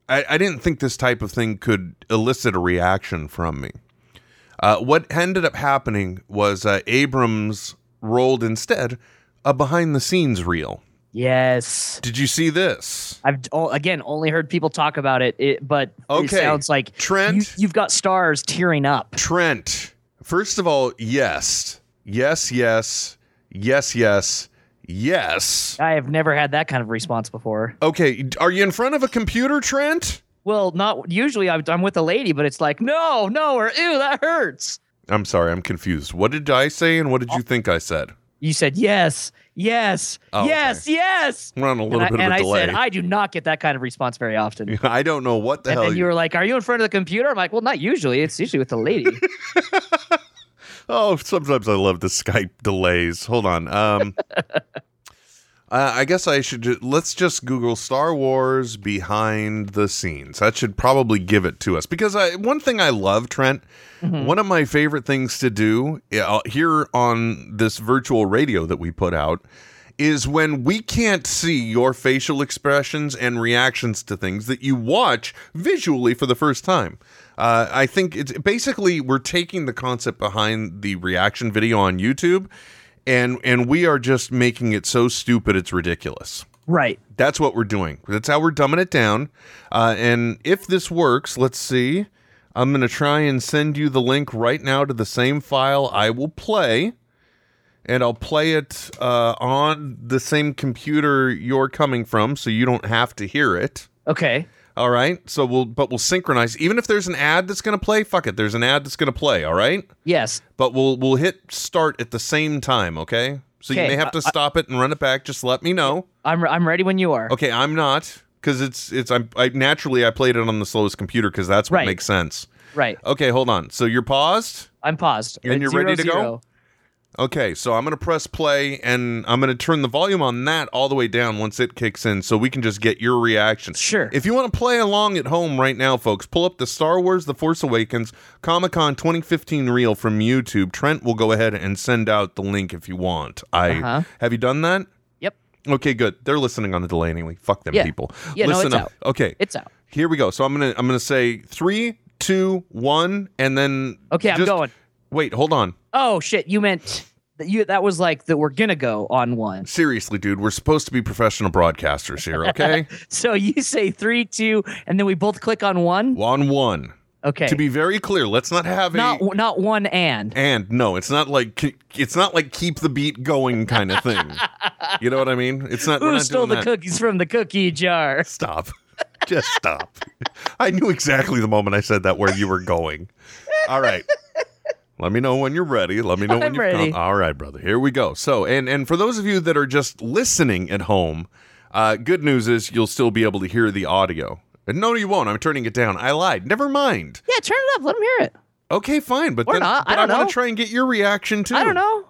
S6: I, I didn't think this type of thing could elicit a reaction from me. Uh, what ended up happening was uh, Abrams rolled instead a behind the scenes reel.
S7: Yes.
S6: Did you see this?
S7: I've oh, again only heard people talk about it, it but it
S6: Okay,
S7: sounds like
S6: Trent.
S7: you, have got stars tearing up.
S6: Trent, first of all, yes, yes, yes, yes, yes, yes.
S7: I have never had that kind of response before.
S6: Okay, are you in front of a computer, Trent?
S7: Well, not usually. I'm, I'm with a lady, but it's like no, no, or ew, that hurts.
S6: I'm sorry, I'm confused. What did I say and what did you think I said?
S7: You said yes, yes,
S6: Oh,
S7: yes, yes.
S6: We're on a little
S7: and I,
S6: bit of
S7: and
S6: a
S7: I
S6: delay.
S7: said I do not get that kind of response very often.
S6: I don't know what the
S7: and
S6: hell.
S7: then you were like, "Are you in front of the computer?" I'm like, "Well, not usually. It's usually with a lady."
S6: oh, sometimes I love the Skype delays. Hold on. Um, uh, I guess I should. Ju- let's just Google Star Wars behind the scenes. That should probably give it to us because I, one thing I love, Trent. One of my favorite things to do uh, here on this virtual radio that we put out is when we can't see your facial expressions and reactions to things that you watch visually for the first time. Uh, I think it's basically we're taking the concept behind the reaction video on YouTube, and and we are just making it so stupid it's ridiculous.
S7: right.
S6: That's what we're doing. That's how we're dumbing it down. Uh, and if this works, let's see. I'm going to try and send you the link right now to the same file I will play. And I'll play it uh, on the same computer you're coming from so you don't have to hear it.
S7: Okay.
S6: All right. So we'll, but we'll synchronize. Even if there's an ad that's going to play, fuck it. There's an ad that's going to play. All right.
S7: Yes.
S6: But we'll, we'll hit start at the same time. Okay. So you
S7: Okay,
S6: may have to stop it and run it back. Just let me know.
S7: I'm. I'm ready when you are.
S6: Okay, I'm not because it's it's I'm I naturally I played it on the slowest computer because that's what
S7: Right.
S6: makes sense.
S7: Right.
S6: Okay, hold on. So you're paused.
S7: I'm paused.
S6: And
S7: It's
S6: you're
S7: zero,
S6: ready to go?
S7: zero.
S6: Okay, so I'm gonna press play and I'm gonna turn the volume on that all the way down once it kicks in, so we can just get your reaction.
S7: Sure.
S6: If you want to play along at home right now, folks, pull up the Star Wars: The Force Awakens Comic Con 2015 reel from YouTube. Trent will go ahead and send out the link if you want. I
S7: Uh-huh.
S6: have you done that?
S7: Yep.
S6: Okay, good. They're listening on the delay anyway. Fuck them
S7: Yeah.
S6: people.
S7: Yeah, no,
S6: Listen
S7: it's
S6: up.
S7: out.
S6: Okay.
S7: It's out.
S6: Here we go. So I'm gonna I'm gonna say three, two, one, and then
S7: Okay, I'm
S6: just-
S7: going.
S6: Wait, hold on.
S7: Oh shit! You meant that you that was like that we're gonna go on one.
S6: Seriously, dude, we're supposed to be professional broadcasters here, okay?
S7: So you say three, two, and then we both click on one.
S6: on one.
S7: Okay.
S6: To be very clear, let's not have
S7: not
S6: a
S7: not one and.
S6: and no, it's not like it's not like keep the beat going kind of thing. you know what I mean? It's not. we're
S7: Who
S6: not
S7: stole the
S6: doing that.
S7: cookies from the cookie jar?
S6: Stop. Just stop. I knew exactly the moment I said that where you were going. All right. Let me know when you're ready. Let me know when
S7: I'm
S6: you've
S7: ready.
S6: come. All right, brother. Here we go. So, and and for those of you that are just listening at home, uh, good news is you'll still be able to hear the audio. And no, you won't. I'm turning it down. I lied. Never mind.
S7: Yeah, turn it up. Let them hear it.
S6: Okay, fine. But
S7: Or
S6: then,
S7: not.
S6: but
S7: I
S6: I,
S7: don't
S6: want
S7: know.
S6: to try and get your reaction too.
S7: I don't know.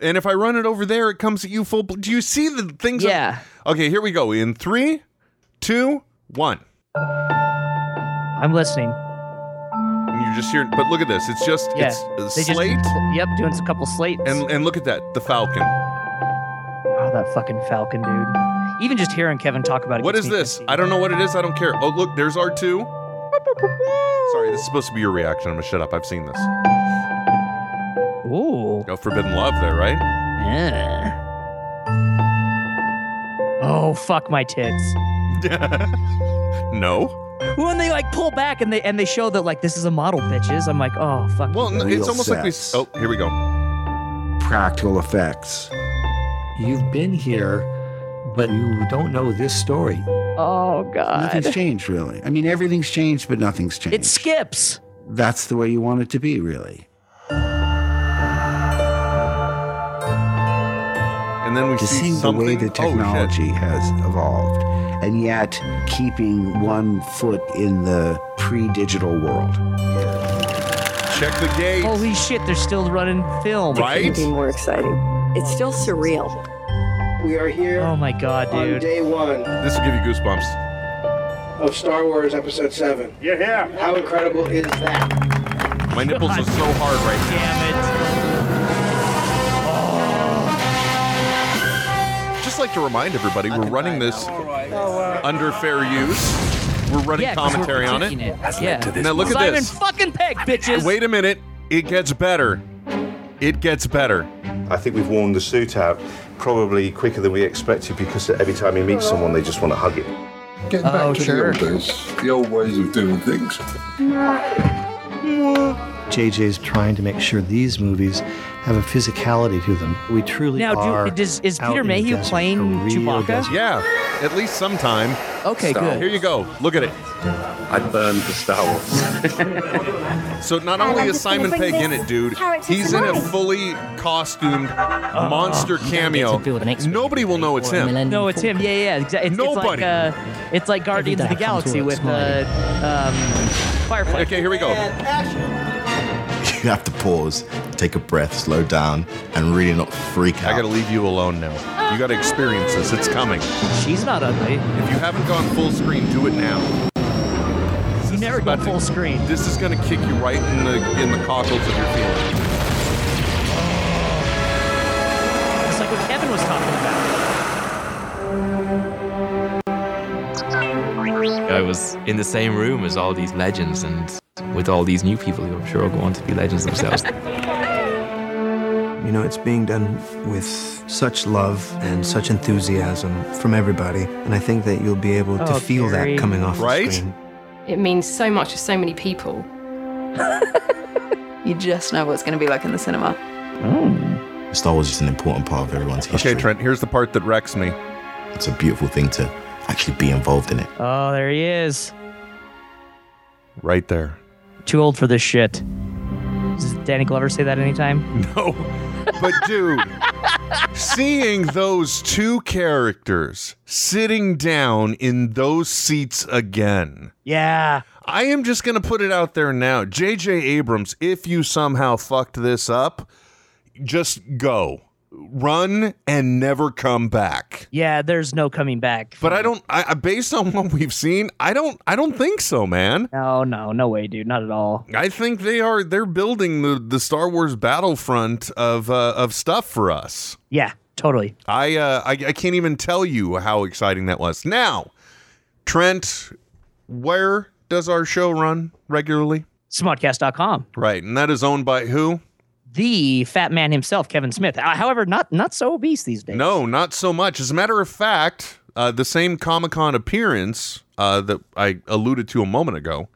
S6: And if I run it over there, it comes at you full. Do you see the things? I'm-
S7: Yeah.
S6: Okay. Here we go. In three, two, one.
S7: I'm listening.
S6: And you just hear, but look at this. It's just
S7: Yeah.
S6: it's uh,
S7: They just-
S6: slate
S7: Yep, doing a couple slates.
S6: and and look at that, the Falcon.
S7: oh, that fucking Falcon dude. Even just hearing Kevin talk about it.
S6: What
S7: gets
S6: is
S7: me
S6: this?
S7: pissy.
S6: I don't know what it is. I don't care. Oh look, there's R two. Sorry, this is supposed to be your reaction. I'm gonna shut up. I've seen this.
S7: Ooh.
S6: No forbidden love there, right?
S7: Yeah. Oh fuck my tits.
S6: No.
S7: When they like pull back and they and they show that like this is a model, bitches. I'm like, oh fuck.
S6: Well, no, it's
S1: Real
S6: almost like we. s-
S1: sex.
S6: Oh, here we go.
S5: practical effects. You've been here, but you don't know this story.
S7: oh
S5: Nothing's
S7: god.
S5: changed, really. I mean, everything's changed, but nothing's changed.
S7: It skips.
S5: That's the way you want it to be, really.
S6: And then we
S5: To
S6: see
S5: see the
S6: something.
S5: way the
S6: Oh, shit.
S5: technology has evolved, and yet keeping one foot in the pre digital world.
S6: Check the gate.
S7: Holy shit, they're still running film.
S6: right?
S9: more exciting. It's still surreal.
S5: We are here
S7: Oh my god, dude.
S5: day one
S6: This will give you goosebumps.
S5: of Star Wars Episode 7. Yeah, yeah. How incredible is that?
S6: My nipples are so hard right
S7: Damn it.
S6: now. Just like to remind everybody, we're running this
S5: Oh,
S6: under fair use. We're running
S7: Yeah, 'cause we're
S6: commentary on
S7: critiquing
S6: it.
S7: Yeah.
S6: Now look at
S7: Simon
S6: this.
S7: fucking Peg, bitches.
S6: Wait a minute. It gets better. It gets better.
S2: I think we've worn the suit out probably quicker than we expected because every time you meet someone, they just want to hug you.
S7: Get back oh, to sure.
S2: The old ways of doing things.
S5: JJ's trying to make sure these movies have a physicality to them. We truly
S7: Now,
S5: are.
S7: do, does, is
S5: out
S7: Peter
S5: in the
S7: Mayhew
S5: desert,
S7: playing
S5: a real
S7: Chewbacca?
S5: desert.
S6: Yeah, at least sometime.
S7: Okay,
S6: Here
S7: good.
S6: you go. Look at it.
S2: I burned the Star Wars.
S6: So not only is Simon Pegg in it, dude, he's in a fully costumed monster cameo.
S3: to build an expert.
S6: Nobody will know it's him.
S7: No, it's him. Yeah, yeah. Exa- It's,
S6: Nobody.
S7: It's like, uh, it's like Guardians of the
S3: day I come to
S7: Galaxy
S3: work
S7: with uh, um, Firefly.
S6: Okay, here we go.
S10: You have to pause, take a breath, slow down, and really not freak
S6: I
S10: out.
S6: gotta leave you alone now. You gotta experience this. It's coming.
S7: She's not ugly.
S6: If you haven't gone full screen, do it now.
S7: You never go
S6: about to-
S7: full screen.
S6: This is gonna kick you right in the in the cockles of your feelings.
S7: It's like what Kevin was talking about.
S10: I was in the same room as all these legends and with all these new people who I'm sure will go on to be legends themselves.
S5: You know, it's being done with such love and such enthusiasm from everybody, and I think that you'll be able to
S7: Oh,
S5: feel
S7: Gary.
S5: that coming off
S6: Right?
S5: the screen.
S9: It means so much to so many people. you just know what it's going to be like in the cinema.
S10: Oh. Star Wars is an important part of everyone's history.
S6: Okay, Trent, here's the part that wrecks me.
S10: It's a beautiful thing to actually be involved in it.
S7: Oh, there he is.
S6: Right there.
S7: Too old for this shit. Does Danny Glover say that anytime?
S6: No. But dude, seeing those two characters sitting down in those seats again.
S7: Yeah.
S6: I am just going to put it out there now. JJ Abrams, if you somehow fucked this up, just go. Run and never come back.
S7: Yeah, there's no coming back.
S6: But I don't I I- based on what we've seen, I don't I don't think so, man.
S7: No, no, no way, dude. Not at all.
S6: I think they are they're building the the Star Wars battlefront of uh, of stuff for us.
S7: Yeah, totally.
S6: I, uh, I I can't even tell you how exciting that was. Now, Trent, where does our show run regularly?
S7: Smodcast.com.
S6: Right, and that is owned by who?
S7: the fat man himself, Kevin Smith. Uh, However, not not so obese these days.
S6: No, not so much. As a matter of fact, uh, the same Comic Con appearance uh, that I alluded to a moment ago,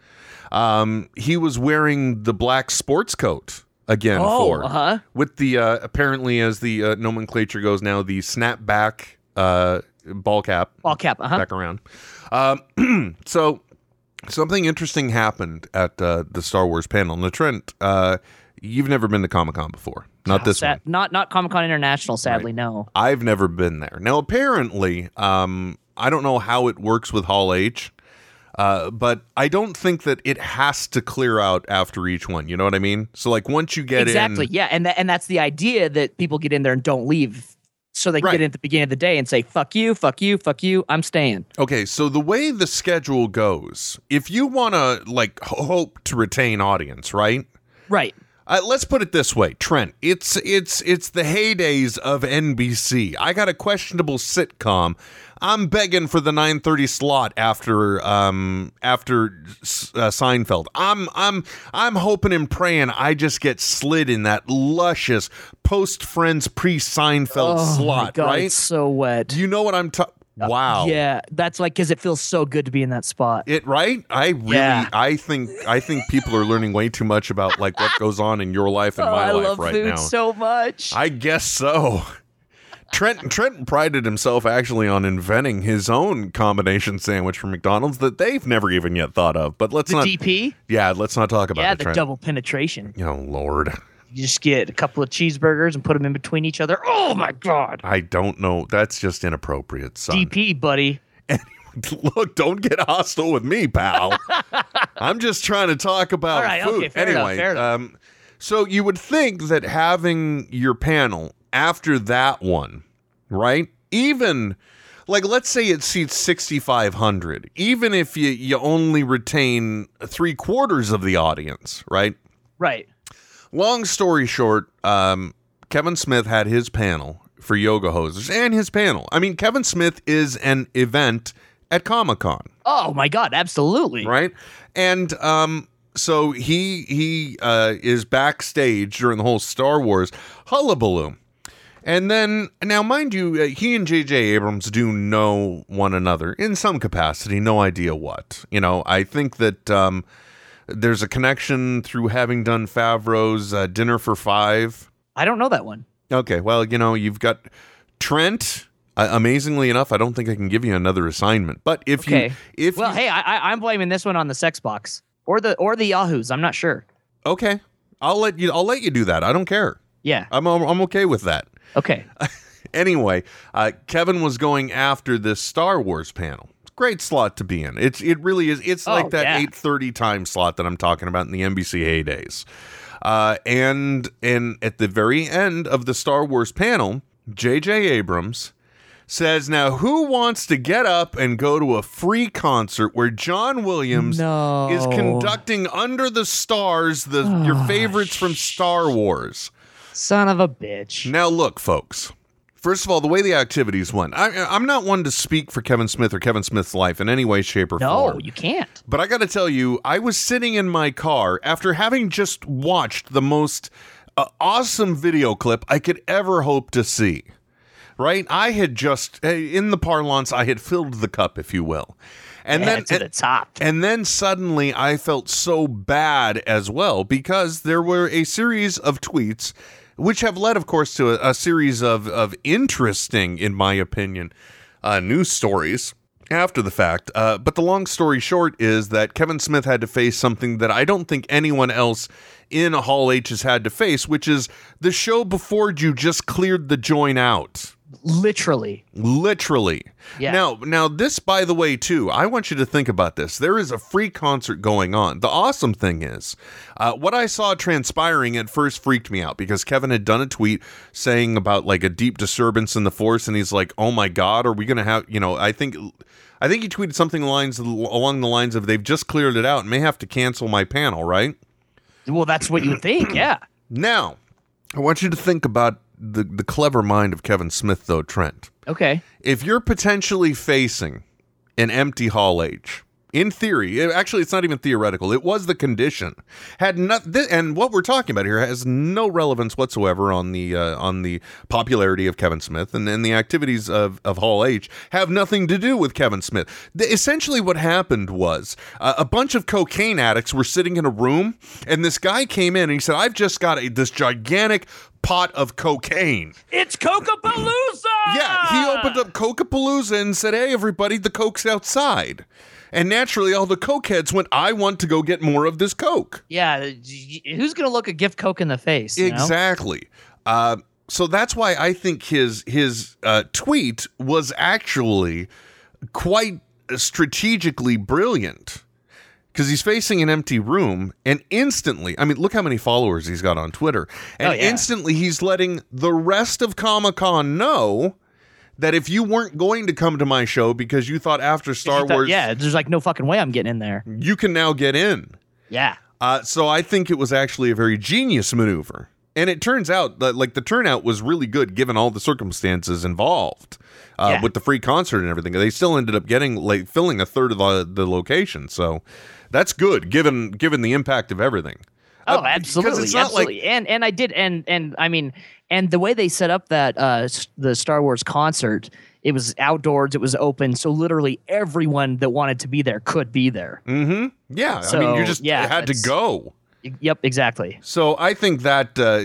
S6: um, he was wearing the black sports coat again
S7: Oh,
S6: for
S7: uh-huh.
S6: with the uh, apparently as the uh, nomenclature goes now the snapback uh, ball cap
S7: ball cap uh-huh.
S6: back around. Um, so something interesting happened at uh, the Star Wars panel. Now Trent, uh, you've never been to Comic Con before, not this one.
S7: Sa- not not Comic Con International, sadly, no.
S6: I've never been there. Now, apparently, um, I don't know how it works with Hall H, uh, but I don't think that it has to clear out after each one. You know what I mean? So, like, once you get
S7: exactly,
S6: in,
S7: yeah, and tha- and that's the idea that people get in there and don't leave, so they can get in at the beginning of the day and say "fuck you, fuck you, fuck you," I'm staying.
S6: Okay, so the way the schedule goes, if you want to like ho- hope to retain audience, right?
S7: Right.
S6: Uh, let's put it this way, Trent. It's it's it's the heydays of NBC. I got a questionable sitcom. I'm begging for the 9:30 slot after um after S- uh, Seinfeld. I'm I'm I'm hoping and praying I just get slid in that luscious post Friends pre Seinfeld
S7: Oh my
S6: slot,
S7: God,
S6: right?
S7: it's so wet.
S6: You know what I'm talking? Wow.
S7: Yeah, that's like because it feels so good to be in that spot.
S6: It right? I really I think I think people are learning way too much about like what goes on in your life and
S7: oh,
S6: my
S7: I
S6: life
S7: love
S6: right
S7: food
S6: now.
S7: so much.
S6: I guess so. Trent Trent prided himself actually on inventing his own combination sandwich from McDonald's that they've never even yet thought of. But let's
S7: the
S6: not
S7: DP,
S6: Yeah, let's not talk about
S7: yeah,
S6: it,
S7: the
S6: Trent.
S7: double penetration.
S6: Oh Lord.
S7: You just get a couple of cheeseburgers and put them in between each other. Oh my god,
S6: I don't know. That's just inappropriate, son.
S7: DP buddy.
S6: Look, don't get hostile with me, pal. I'm just trying to talk about
S7: All right,
S6: food.
S7: okay, fair enough,
S6: anyway,
S7: fair enough.
S6: um, so you would think that having your panel after that one, right? Even like let's say it seats 6500 even if you you only retain three quarters of the audience right
S7: Right.
S6: Long story short, um, Kevin Smith had his panel for yoga hosers and his panel. I mean, Kevin Smith is an event at Comic Con.
S7: Oh my god, absolutely.
S6: Right, and um, so he he uh, is backstage during the whole Star Wars hullabaloo. And then, now, mind you, uh, he and J.J. Abrams do know one another in some capacity. No idea what. You know, I think that um, there's a connection through having done Favreau's uh, Dinner for Five.
S7: I don't know that one.
S6: Okay, well, you know, you've got Trent. Uh, amazingly enough, I don't think I can give you another assignment. But if
S7: Okay.
S6: you, if
S7: well, hey, I, I, I'm blaming this one on the sex box or the or the Yahoos. I'm not sure.
S6: okay, I'll let you. I'll let you do that. I don't care.
S7: Yeah.
S6: I'm I'm okay with that.
S7: Okay.
S6: anyway, uh, Kevin was going after this Star Wars panel. Great slot to be in. It's it really is. It's
S2: Oh,
S6: like that
S2: yeah.
S6: eight thirty time slot that I'm talking about in the NBC heydays. Uh, and and at the very end of the Star Wars panel, J.J. Abrams says, "Now who wants to get up and go to a free concert where John Williams is conducting Under the Stars, the your
S2: Ah,
S6: favorites from Star Wars?"
S7: Son of a bitch.
S6: Now, look, folks. First of all, the way the activities went, I, I'm not one to speak for Kevin Smith or Kevin Smith's life in any way, shape, or
S7: No,
S6: form.
S7: you can't.
S6: But I got to tell you, I was sitting in my car after having just watched the most uh, awesome video clip I could ever hope to see. Right? I had just, eh, in the parlance, I had filled the cup, if you will. And
S7: Yeah,
S6: then
S7: to the top.
S6: And then suddenly I felt so bad as well because there were a series of tweets, which have led, of course, to a, a series of, of interesting, in my opinion, uh, news stories after the fact. Uh, but the long story short is that Kevin Smith had to face something that I don't think anyone else in Hall H has had to face, which is the show before you just cleared the joint out.
S7: Literally.
S6: Literally.
S7: Yeah.
S6: Now, now this, by the way, too, I want you to think about this. There is a free concert going on. The awesome thing is, uh, what I saw transpiring at first freaked me out because Kevin had done a tweet saying about like a deep disturbance in the force, and he's like, "Oh my God, are we gonna have?" You know, I think, I think he tweeted something lines along the lines of, "They've just cleared it out and may have to cancel my panel." Right.
S7: Well, that's what you think. Yeah.
S6: Now, I want you to think about the the clever mind of Kevin Smith, though, Trent
S7: Okay.
S6: if you're potentially facing an empty hall H, In theory, it- actually, it's not even theoretical. It was the condition had not, th- and what we're talking about here has no relevance whatsoever on the uh, on the popularity of Kevin Smith and, and the activities of of Hall H have nothing to do with Kevin Smith. The, essentially, what happened was uh, a bunch of cocaine addicts were sitting in a room, and this guy came in and he said, "I've just got a, this gigantic." Pot of cocaine.
S11: It's Coca Palooza!
S6: Yeah, he opened up Cocapalooza and said, "Hey, everybody, the coke's outside." And naturally, all the cokeheads went, "I want to go get more of this coke."
S7: Yeah, who's gonna look a gift coke in the face? you know?
S6: Exactly. Uh, so that's why I think his his uh, tweet was actually quite strategically brilliant because he's facing an empty room and instantly i mean look how many followers he's got on twitter and
S2: Oh, yeah.
S6: instantly he's letting the rest of comic-con know that if you weren't going to come to my show because you thought after star
S7: You thought,
S6: wars Mm.
S7: yeah, there's like no fucking way I'm getting in there.
S6: you can now get in
S7: Yeah.
S6: uh, so I think it was actually a very genius maneuver. And it turns out that like the turnout was really good given all the circumstances involved uh,
S2: Yeah.
S6: with the free concert and everything. They still ended up getting like filling a third of the, the location. So that's good given given the impact of everything.
S7: Oh,
S6: Uh, because
S7: absolutely,
S6: it's not
S7: absolutely. and and I did, and and I mean, and the way they set up that uh s- the Star Wars concert, it was outdoors, it was open, so literally everyone that wanted to be there could be there.
S6: Mm-hmm. Yeah, I mean, you just had to go.
S7: Yep, exactly.
S6: So I think that uh,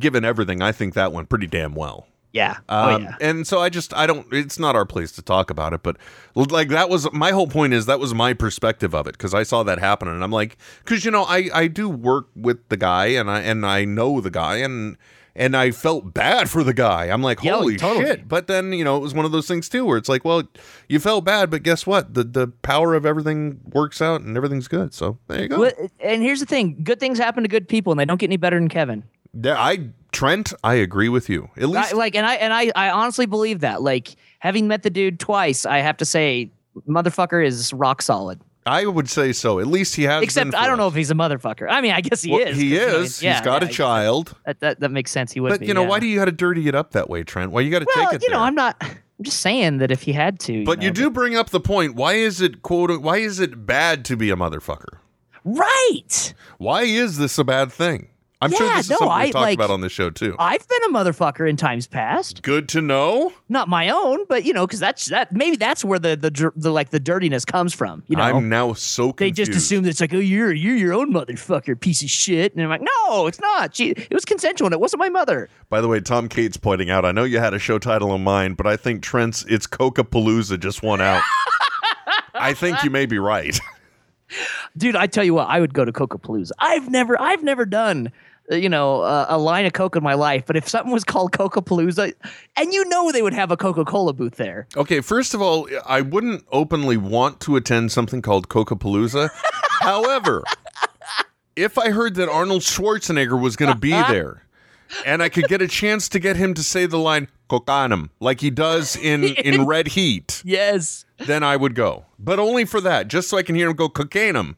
S6: given everything, I think that went pretty damn well.
S7: Yeah. oh
S6: Um,
S7: yeah.
S6: And so I just I don't. It's not our place to talk about it, but like that was my whole point is that was my perspective of it because I saw that happen and I'm like, because you know I I do work with the guy and I and I know the guy and and I felt bad for the guy. I'm like,
S2: Yeah,
S6: holy
S2: totally.
S6: shit! But then you know it was one of those things too where it's like, well, you felt bad, but guess what? The the power of everything works out and everything's good. So there you go.
S7: Well, and here's the thing: good things happen to good people, and they don't get any better than Kevin.
S6: Yeah, I Trent, I agree with you. At least
S7: I, like, and I and I, I honestly believe that. Like, having met the dude twice, I have to say, motherfucker is rock solid.
S6: I would say so. At least he has.
S7: Except I don't know if he's a motherfucker. I mean, I guess he
S6: Well,
S7: is.
S6: he
S7: 'cause, I mean,
S6: is. He's
S7: yeah,
S6: got a
S7: yeah,
S6: child.
S7: That, that that makes sense. He would.
S6: But
S7: be,
S6: you know,
S7: yeah.
S6: why do you got to dirty it up that way, Trent? Why you got to
S7: Well,
S6: take it
S7: you know,
S6: there?
S7: I'm not. I'm just saying that if he had to.
S6: but you
S7: know,
S6: do bring up the point. Why is it quote? Why is it bad to be a motherfucker?
S7: Right.
S6: Why is this a bad thing? I'm sure
S7: Yeah,
S6: this is
S7: no,
S6: something
S7: I,
S6: we talked
S7: like-
S6: about on the show too.
S7: I've been a motherfucker in times past.
S6: Good to know.
S7: Not my own, but you know, because that's that. Maybe that's where the, the dir- the like the dirtiness comes from. You know,
S6: I'm now so
S7: they
S6: confused.
S7: just assume that it's like, oh, you're you're your own motherfucker, piece of shit. And I'm like, no, it's not. She, it was consensual, and it wasn't my mother.
S6: By the way, Tom Cates pointing out. I know you had a show title in mind, but I think Trent's "It's Coca Palooza" just won out. I think you may be right.
S7: Dude, I tell you what, I would go to Coca Palooza. I've never, I've never done, uh, you know, uh, a line of Coke in my life. But if something was called Coca Palooza, and you know they would have a Coca Cola booth there.
S6: Okay, first of all, I wouldn't openly want to attend something called Coca-Palooza. However, if I heard that Arnold Schwarzenegger was going to be
S7: Uh-huh.
S6: there and I could get a chance to get him to say the line Cocanum like he does in in Red Heat,
S7: yes,
S6: then I would go. But only for that, just so I can hear him go Cocanum.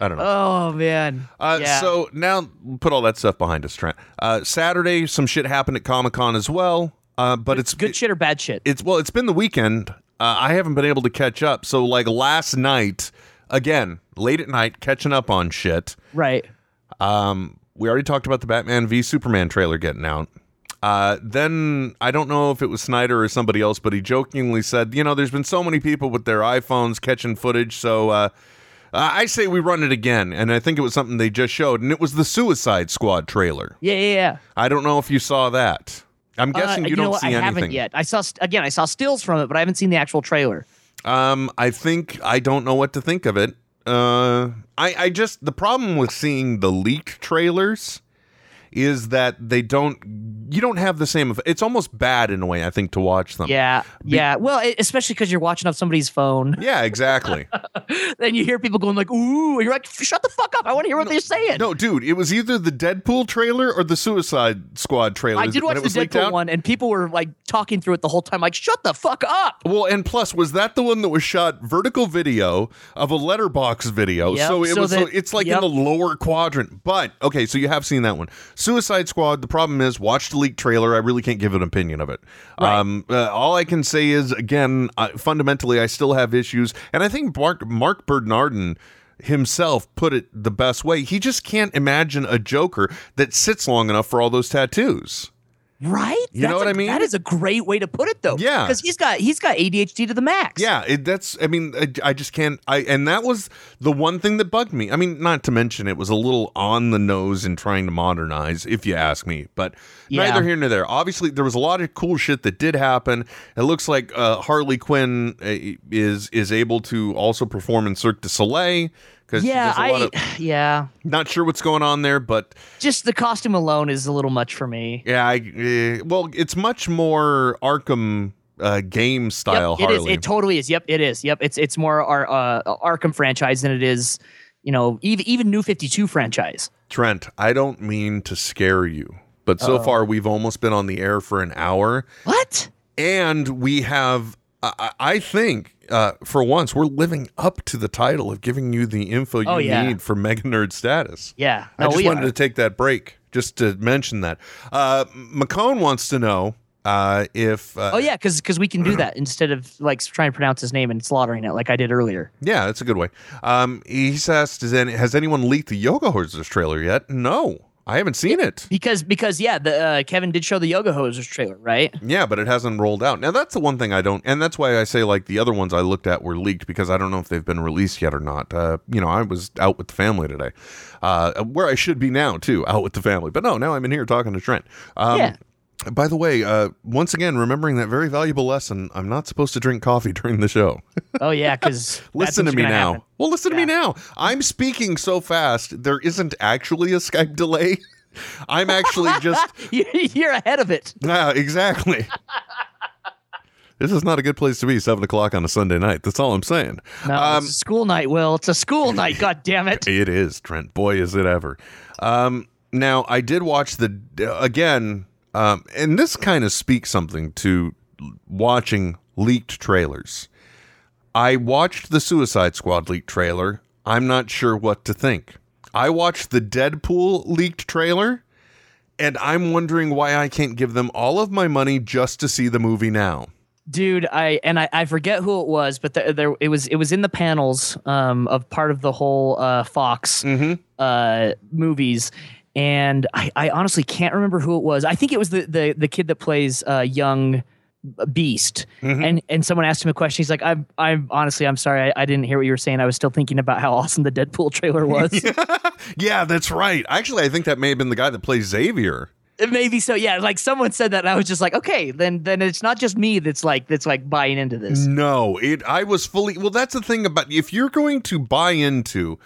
S6: I don't know.
S7: Oh man.
S6: Uh,
S7: Yeah.
S6: So now we'll put all that stuff behind us, Trent. Uh, Saturday, some shit happened at Comic Con as well. Uh, but it's
S7: good shit or bad shit.
S6: It's well, it's been the weekend. Uh, I haven't been able to catch up. So like last night, again, late at night, catching up on shit.
S7: Right.
S6: Um, we already talked about the Batman v Superman trailer getting out. Uh, then I don't know if it was Snyder or somebody else, but he jokingly said, "You know, there's been so many people with their iPhones catching footage, so uh, I I say we run it again." And I think it was something they just showed, and it was the Suicide Squad trailer.
S7: Yeah, yeah, yeah.
S6: I don't know if you saw that. I'm guessing
S7: Uh,
S6: you,
S7: know
S6: don't
S7: what?
S6: see
S7: I
S6: anything
S7: haven't yet. I saw st- again. I saw stills from it, but I haven't seen the actual trailer.
S6: Um, I think I don't know what to think of it. Uh, I I just the problem with seeing the leaked trailers is that they don't you don't have the same. eff- It's almost bad in a way I think to watch them.
S7: Yeah, yeah. Well, e- especially because you're watching off somebody's phone.
S6: Yeah, exactly.
S7: then you hear people going like, "Ooh," and you're like, "Shut the fuck up! I want to hear what they're saying."
S6: No, dude, it was either the Deadpool trailer or the Suicide Squad trailer.
S7: I did
S6: when
S7: watch
S6: it
S7: the
S6: was leaked
S7: Deadpool
S6: out.
S7: one, and people were like talking through it the whole time, like, "Shut the fuck up!"
S6: Well, and plus, was that the one that was shot vertical video of a letterbox video?
S2: Yep,
S6: So it
S2: so
S6: was. so
S2: that-
S6: it's like
S2: yep.
S6: in the lower quadrant. But okay, so you have seen that one. Suicide Squad. The problem is, watch the leaked trailer. I really can't give an opinion of it. Um, uh, all I can say is, again, uh, fundamentally, I still have issues, and I think Mark Mark Bernardin himself put it the best way. He just can't imagine a Joker that sits long enough for all those tattoos.
S7: Right?
S6: You know
S7: That's
S6: what
S7: a-
S6: I mean?
S7: That is a great way to put it, though.
S6: Yeah.
S7: because he's got he's got ADHD to the max.
S6: Yeah, it, that's. I mean, I, I just can't. I and that was the one thing that bugged me. I mean, not to mention it was a little on the nose in trying to modernize, if you ask me. But
S2: Yeah.
S6: neither here nor there. Obviously, there was a lot of cool shit that did happen. It looks like uh, Harley Quinn uh, is is able to also perform in Cirque du Soleil because
S7: yeah,
S6: a lot
S7: I
S6: of,
S7: yeah.
S6: not sure what's going on there, but
S7: Just the costume alone is a little much for me.
S6: yeah, I, uh, well, it's much more Arkham uh, game style
S7: Yep, it is.
S6: Harley.
S7: It totally is. Yep, it is. Yep, it's it's more our uh, Arkham franchise than it is, you know, even even New Fifty Two franchise.
S6: Trent, I don't mean to scare you, but so
S7: Uh-oh.
S6: far we've almost been on the air for an hour.
S7: What?
S6: And we have, I, I- I think, uh, for once, we're living up to the title of giving you the info you
S7: Oh, yeah.
S6: need for mega nerd status.
S7: Yeah,
S6: I
S7: no,
S6: just
S7: we
S6: wanted
S7: are.
S6: to take that break just to mention that. Uh, McCone wants to know uh, if. Uh,
S7: oh yeah, because we can do that instead of like trying to pronounce his name and slaughtering it like I did earlier.
S6: Yeah, that's a good way. Um, he asked, "Has any- has anyone leaked the Yoga Horses trailer yet? No, I haven't seen it.
S7: Because because yeah, the uh, Kevin did show the Yoga Hosers trailer, right?
S6: Yeah, but it hasn't rolled out. Now that's the one thing I don't, and that's why I say like the other ones I looked at were leaked because I don't know if they've been released yet or not. Uh, you know, I was out with the family today, uh, where I should be now too, out with the family. But no, now I'm in here talking to Trent. Um,
S2: Yeah.
S6: By the way, uh, once again, remembering that very valuable lesson: I'm not supposed to drink coffee during the show.
S7: Oh yeah, because
S6: listen to me now. Well, listen to me now. I'm speaking so fast, there isn't actually a Skype delay. I'm actually just
S7: You're ahead of it.
S6: yeah, exactly. this is not a good place to be seven o'clock on a Sunday night. That's all I'm saying.
S7: No,
S6: Um,
S7: it's a school night. Will it's a school night? God damn it!
S6: It is Trent. Boy, is it ever. Um, now I did watch the again, um, and this kind of speaks something to watching leaked trailers. I watched the Suicide Squad leaked trailer. I'm not sure what to think. I watched the Deadpool leaked trailer, and I'm wondering why I can't give them all of my money just to see the movie now.
S7: dude i and I, I forget who it was but there, there it was it was in the panels um of part of the whole uh fox
S6: Mm-hmm.
S7: uh movies and I, I honestly can't remember who it was i think it was the the, the kid that plays uh young beast
S6: Mm-hmm.
S7: and and someone asked him a question he's like i'm i'm honestly i'm sorry I, I didn't hear what you were saying i was still thinking about how awesome the deadpool trailer was
S6: Yeah, that's right. Actually, I think that may have been the guy that plays Xavier.
S7: maybe so yeah like someone said that and i was just like okay then then it's not just me that's like that's like buying into this
S6: No, it. I was fully. Well, that's the thing about if you're going to buy into,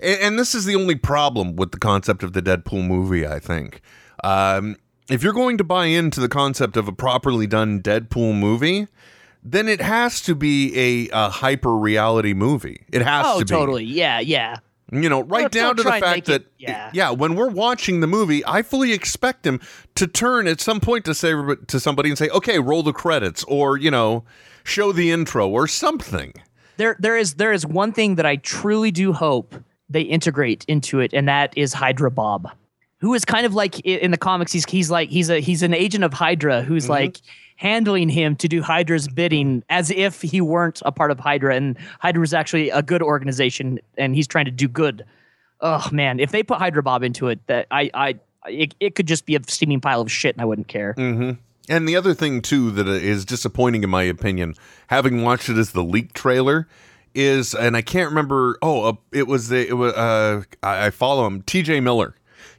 S6: and, and this is the only problem with the concept of the Deadpool movie. I think, um, if you're going to buy into the concept of a properly done Deadpool movie, then it has to be a, a hyper reality movie. It has
S7: oh
S6: to be.
S7: totally yeah yeah
S6: You know, right down
S7: Don't- don't
S6: to the
S7: try and
S6: fact
S7: make
S6: that
S7: it- yeah.
S6: when we're watching the movie, I fully expect him to turn at some point to say to somebody and say, "Okay, roll the credits," or you know, show the intro or something.
S7: there there is there is one thing that I truly do hope they integrate into it, and that is Hydra Bob, who is kind of like i- in the comics. He's he's like he's a he's an agent of Hydra who's like handling him to do Hydra's bidding as if he weren't a part of Hydra, and Hydra is actually a good organization, and he's trying to do good. Oh man, if they put Hydra Bob into it, that I I it, it could just be a steaming pile of shit, and I wouldn't care.
S6: Mm-hmm. And the other thing too that is disappointing in my opinion, having watched it as the leak trailer, is and I can't remember. Oh, uh, it was the it was uh, I, I follow him, T.J. Miller,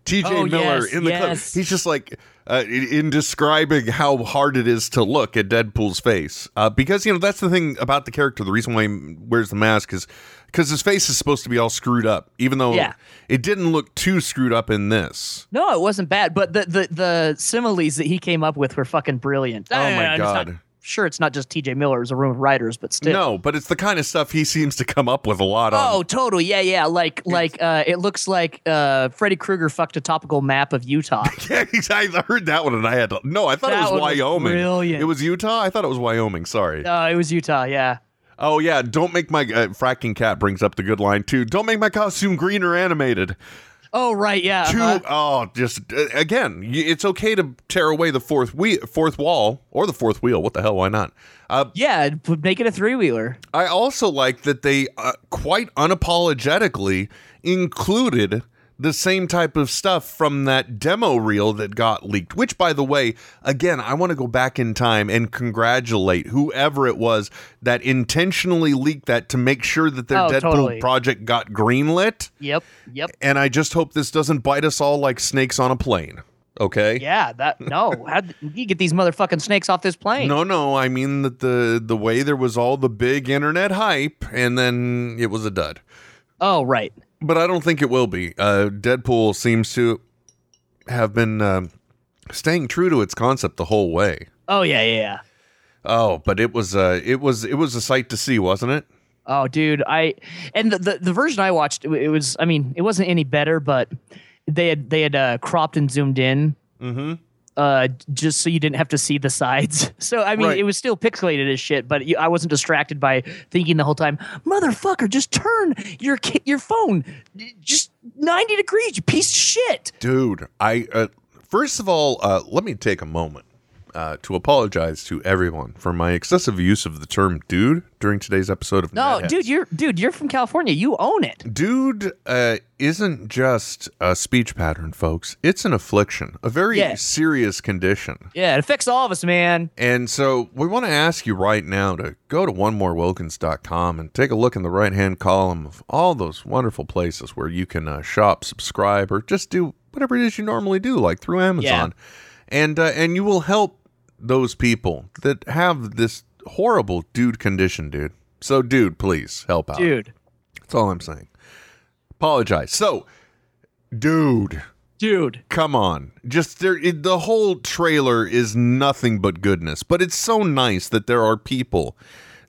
S6: T.J.
S2: Oh,
S6: Miller
S2: yes,
S6: in the clip.
S2: yes.
S6: He's just like uh, in in describing how hard it is to look at Deadpool's face uh, because you know that's the thing about the character. The reason why he wears the mask is because his face is supposed to be all screwed up, even though
S7: Yeah.
S6: it didn't look too screwed up in this.
S7: No, it wasn't bad, but the the the similes that he came up with were fucking brilliant.
S6: Oh,
S7: I-
S6: my
S7: I'm just not-
S6: God.
S7: sure, it's not just T.J. Miller; it was a room of writers, but still.
S6: No, but it's the kind of stuff he seems to come up with a lot on.
S7: Oh, totally. Yeah, yeah. Like, like uh, it looks like uh, Freddy Krueger fucked a topical map of Utah.
S6: Yeah, I heard that one and I had to. No, I thought
S7: That
S6: it was
S7: one was
S6: Wyoming.
S7: brilliant.
S6: It was Utah? I thought it was Wyoming. Sorry.
S7: No, Uh, it was Utah. Yeah.
S6: oh, yeah. Don't make my. Uh, fracking Cat brings up the good line, too. Don't make my costume green or animated.
S7: Oh right, yeah.
S6: Two oh, just uh, again, y- it's okay to tear away the fourth we- fourth wall or the fourth wheel. What the hell? Why not? Uh,
S7: yeah, make it a three wheeler.
S6: I also like that they uh, quite unapologetically included the same type of stuff from that demo reel that got leaked. Which, by the way, again, I want to go back in time and congratulate whoever it was that intentionally leaked that to make sure that their
S7: Oh,
S6: Deadpool
S7: totally.
S6: project got greenlit.
S7: Yep, yep.
S6: And I just hope this doesn't bite us all like snakes on a plane. Okay.
S7: Yeah, that no. How you get these motherfucking snakes off this plane?
S6: No, no. I mean that the the way there was all the big internet hype, and then it was a dud.
S7: Oh, right.
S6: But I don't think it will be. Uh, Deadpool seems to have been um staying true to its concept the whole way.
S7: Oh yeah, yeah, yeah.
S6: Oh, but it was uh, it was it was a sight to see, wasn't it?
S7: Oh, dude, I and the, the the version I watched, it was. I mean, it wasn't any better, but they had they had uh, cropped and zoomed in,
S6: mm-hmm.
S7: uh, just so you didn't have to see the sides. So I mean,
S12: Right.
S7: it was still pixelated as shit, but you, I wasn't distracted by thinking the whole time, motherfucker, just turn your ki- your phone just ninety degrees, you piece of shit.
S6: dude i uh, first of all uh, let me take a moment uh, to apologize to everyone for my excessive use of the term dude during today's episode of
S7: No,
S6: Mad Hats.
S7: dude, you're dude, you're from California, you own it.
S6: dude uh, isn't just a speech pattern folks it's an affliction a very
S7: Yeah.
S6: serious condition
S7: Yeah, it affects all of us, man.
S6: and so we want to ask you right now to go to onemorewilkins.com and take a look in the right hand column of all those wonderful places where you can uh, shop, subscribe, or just do whatever it is you normally do, like through Amazon. And, uh, and you will help those people that have this horrible dude condition, dude. So, dude, please help out.
S7: Dude.
S6: That's all I'm saying. Apologize. So, dude
S7: dude
S6: come on just there it, the whole trailer is nothing but goodness but it's so nice that there are people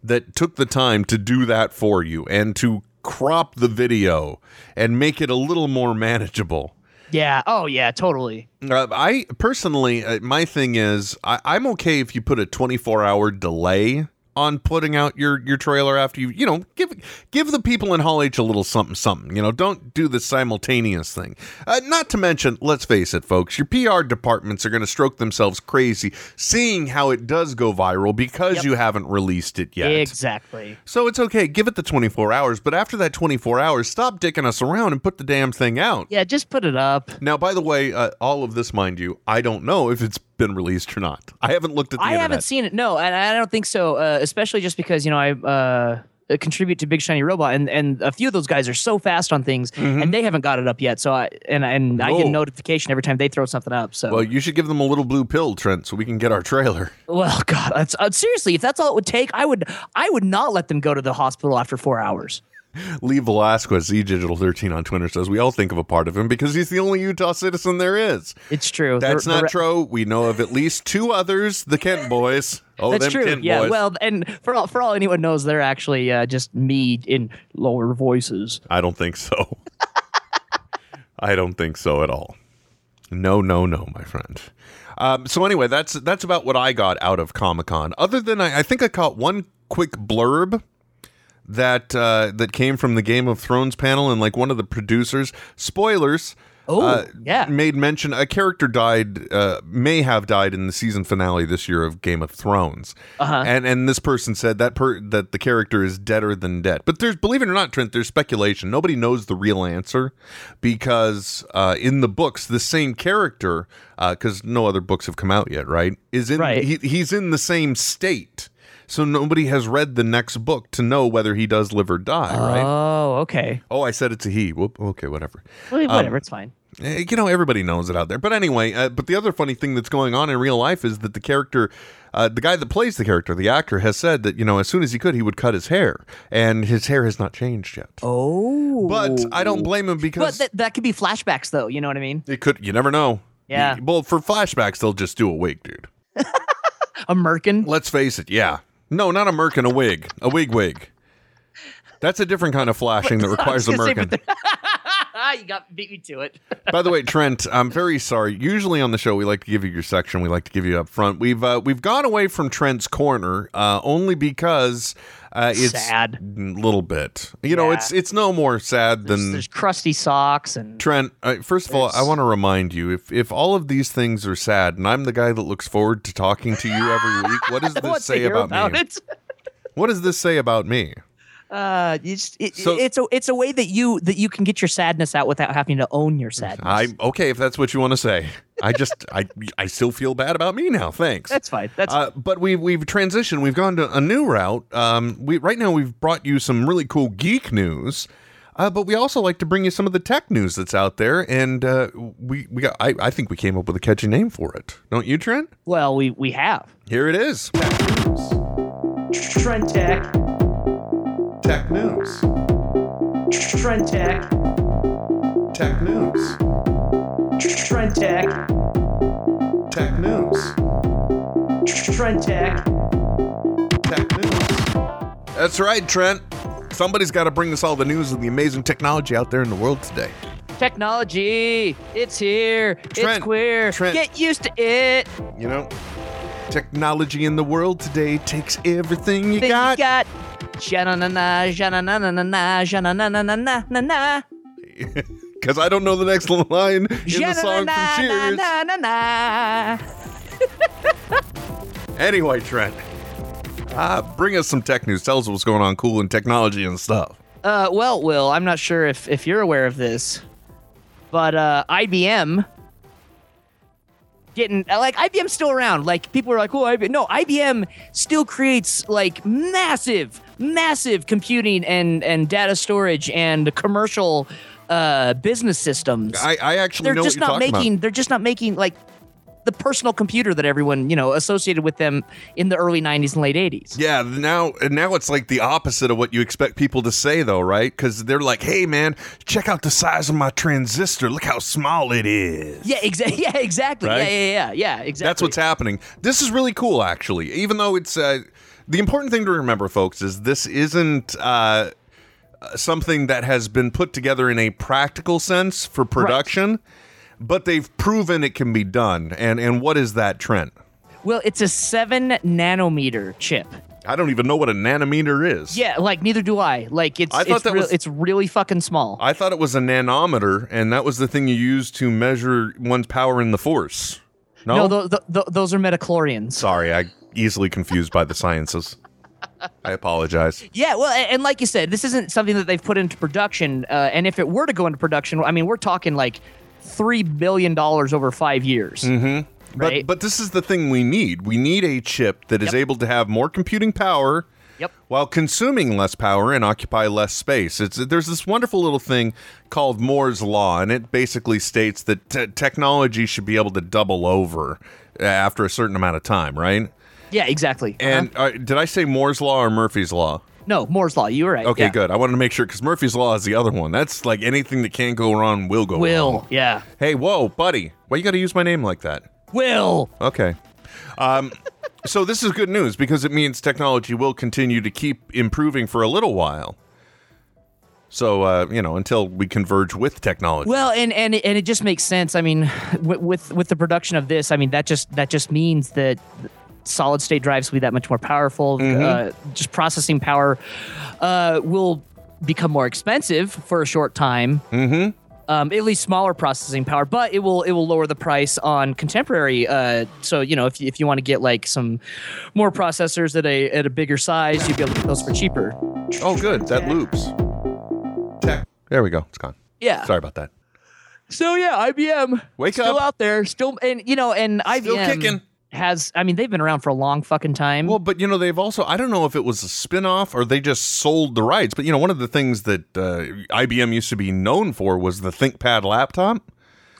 S6: that took the time to do that for you and to crop the video and make it a little more manageable
S7: Yeah. Oh yeah, totally.
S6: uh, I personally, uh, my thing is, I, I'm okay if you put a 24 hour delay on putting out your your trailer after you, you know, give give the people in Hall H a little something, something. You know, don't do the simultaneous thing. Uh, not to mention, let's face it, folks, your PR departments are going to stroke themselves crazy seeing how it does go viral because
S7: Yep.
S6: you haven't released it yet.
S7: Exactly.
S6: So it's okay, give it the 24 hours, but after that 24 hours, stop dicking us around and put the damn thing out.
S7: Yeah, just put it up.
S6: Now, by the way, uh, all of this, mind you, I don't know if it's been released or not. I haven't looked at the
S7: I
S6: internet.
S7: haven't seen it. No, and I don't think so. Uh, especially just because you know I uh, contribute to Big Shiny Robot, and and a few of those guys are so fast on things,
S6: Mm-hmm.
S7: and they haven't got it up yet. So I and and I get
S6: Whoa.
S7: a notification every time they throw something up. So
S6: Well, you should give them a little blue pill, Trent, so we can get our trailer.
S7: well, God, that's, uh, seriously, if that's all it would take, I would I would not let them go to the hospital after four hours.
S6: Lee Velasquez, ZDigital13 on Twitter says, We all think of a part of him because he's the only Utah citizen there is.
S7: It's true.
S6: That's
S7: The- the
S6: not
S7: re-
S6: true. We know of at least two others, the Kent boys. Oh,
S7: That's
S6: them
S7: true.
S6: Kent
S7: Yeah.
S6: boys.
S7: Well, and for all, for all anyone knows, they're actually uh, just me in lower voices.
S6: I don't think so. I don't think so at all. No, no, no, my friend. Um, so anyway, that's that's about what I got out of Comic Con. Other than I, I think I caught one quick blurb that uh, that came from the Game of Thrones panel, and like one of the producers, spoilers. Uh,
S7: Oh, yeah.
S6: Made mention a character died, uh, may have died in the season finale this year of Game of Thrones,
S7: Uh-huh.
S6: and and this person said that per- that the character is deader than dead. But there's believe it or not, Trent, there's speculation. Nobody knows the real answer because uh, in the books, the same character, because no other books have come out yet, right? Is in He, he's in the same state. So nobody has read the next book to know whether he does live or die, right?
S7: Oh, okay.
S6: Oh, I said it's a he. Whoop. Okay, whatever.
S7: Well,
S6: Um,
S7: whatever, it's fine.
S6: Eh, You know, everybody knows it out there. But anyway, uh, but the other funny thing that's going on in real life is that the character, uh, the guy that plays the character, the actor, has said that, you know, as soon as he could, he would cut his hair. And his hair has not changed yet.
S7: Oh,
S6: But I don't blame him
S7: But
S6: because
S7: that that could be flashbacks, though. You know what I mean?
S6: it could, you never know.
S7: Yeah.
S6: Y- Well, for flashbacks, they'll just do a wig, dude.
S7: a merkin?
S6: Let's face it, yeah. No, not a merkin, a wig. A wig wig. That's a different kind of flashing that requires a
S7: I was gonna say,
S6: merkin.
S7: but Ah, you got beat me to it.
S6: By the way, Trent, I'm very sorry. Usually on the show, we like to give you your section. We like to give you up front. We've uh, we've gone away from Trent's corner uh, only because Uh, it's
S7: Sad.
S6: a little bit. You know,
S7: Yeah.
S6: it's it's no more sad than
S7: There's crusty socks and
S6: Trent, I, first of all, I want to remind you if if all of these things are sad, and I'm the guy that looks forward to talking to you every week, what does
S7: I want
S6: this
S7: to
S6: say
S7: hear
S6: about, me?
S7: It.
S6: What does this say about me?
S7: Uh, you just, it,
S6: So-
S7: it's a it's a way that you that you can get your sadness out without having to own your sadness.
S6: I okay if that's what you want to say. I just I I still feel bad about me now. Thanks.
S7: That's fine. That's
S6: uh, but we've we've transitioned. We've gone to a new route. Um, we right now we've brought you some really cool geek news, uh, but we also like to bring you some of the tech news that's out there. And uh, we we got, I I think we came up with a catchy name for it, don't you, Trent?
S7: Well, we we have.
S6: Here it is.
S7: Trend Tech.
S6: Tech news.
S7: Trend Tech.
S6: Tech news.
S7: Trend Tech.
S6: Tech news.
S7: Trend Tech.
S6: That's right, Trent. Somebody's got to bring us all the news of the amazing technology out there in the world today.
S7: Technology. It's here.
S6: Trent,
S7: it's queer.
S6: Trent.
S7: Get used to it.
S6: You know, technology in the world today takes everything you
S7: Then
S6: got.
S7: You got. Ja-na-na-na, ja-na-na-na-na, ja-na-na-na-na-na-na.
S6: Because I don't know the next line in the song from Cheers.
S7: Ja-na-na-na-na-na.
S6: Anyway, Trent, uh, bring us some tech news. Tell us what's going on cool in technology and stuff.
S7: Uh, well, Will, I'm not sure if, if you're aware of this, but uh, IBM getting like IBM's still around. Like people are like, oh, IBM. no, IBM still creates like massive, massive computing and and data storage and commercial uh, business systems.
S6: I, I actually
S7: they're
S6: know
S7: just
S6: what you're
S7: not
S6: talking
S7: making.
S6: about.
S7: They're just not making like the personal computer that everyone you know associated with them in the early 90s and late 80s.
S6: Yeah, now and now it's like the opposite of what you expect people to say, though, right? Because they're like, "Hey, man, check out the size of my transistor. Look how small it is."
S7: Yeah, exactly. Yeah, exactly.
S6: Right?
S7: Yeah, yeah, yeah, yeah, exactly.
S6: That's what's happening. This is really cool, actually. Even though it's uh, the important thing to remember, folks, is this isn't uh, something that has been put together in a practical sense for production, but they've proven it can be done. And and what is that trend?
S7: Well, it's a seven nanometer chip.
S6: I don't even know what a nanometer is.
S7: Yeah, like neither do I. Like it's
S6: I thought
S7: it's,
S6: that
S7: real-
S6: was-
S7: it's really fucking small.
S6: I thought it was a nanometer, and that was the thing you used to measure one's power in the force. No,
S7: no th- th- those are metachlorians.
S6: sorry, I easily confused by the sciences. I apologize.
S7: Yeah, well, a- and like you said, this isn't something that they've put into production. Uh, and if it were to go into production, I mean, we're talking like three billion dollars over five years.
S6: Mm-hmm. But
S7: Right?
S6: but this is the thing we need. We need a chip that is
S7: Yep.
S6: able to have more computing power.
S7: Yep.
S6: While consuming less power and occupy less space, it's there's this wonderful little thing called Moore's law, and it basically states that te- technology should be able to double over uh, after a certain amount of time,
S7: Uh-huh.
S6: right?
S7: Yeah, exactly. Uh-huh.
S6: And uh, did I say Moore's law or Murphy's law?
S7: No, Moore's law. You were right.
S6: Okay,
S7: yeah.
S6: good. I wanted to make sure because Murphy's law is the other one. That's like anything that can go wrong will go
S7: Will,
S6: wrong.
S7: yeah.
S6: Hey, whoa, buddy! Why you got to use my name like that?
S7: Will.
S6: Okay. Um, so this is good news because it means technology will continue to keep improving for a little while. So uh, you know, until we converge with technology.
S7: Well, and and it- and it just makes sense. I mean, with, with with the production of this, I mean that just that just means that solid state drives will be that much more powerful.
S12: Mhm.
S7: Uh, just processing power uh, will become more expensive for a short time.
S6: Mm-hmm.
S7: Um, at least smaller processing power, but it will it will lower the price on contemporary. Uh, so you know if you, if you want to get like some more processors at a at a bigger size, you'd be able to get those for cheaper.
S6: Oh, good. That loops. Tech. There we go. It's gone.
S7: Yeah.
S6: Sorry about that.
S7: So yeah, IBM.
S6: Wake
S7: still
S6: up.
S7: out there, still and you know, and IBM
S6: kicking.
S7: has I mean, they've been around for a long fucking time.
S6: Well, but you know, they've also, I don't know if it was a spin off or they just sold the rights, but you know, one of the things that uh, IBM used to be known for was the ThinkPad laptop.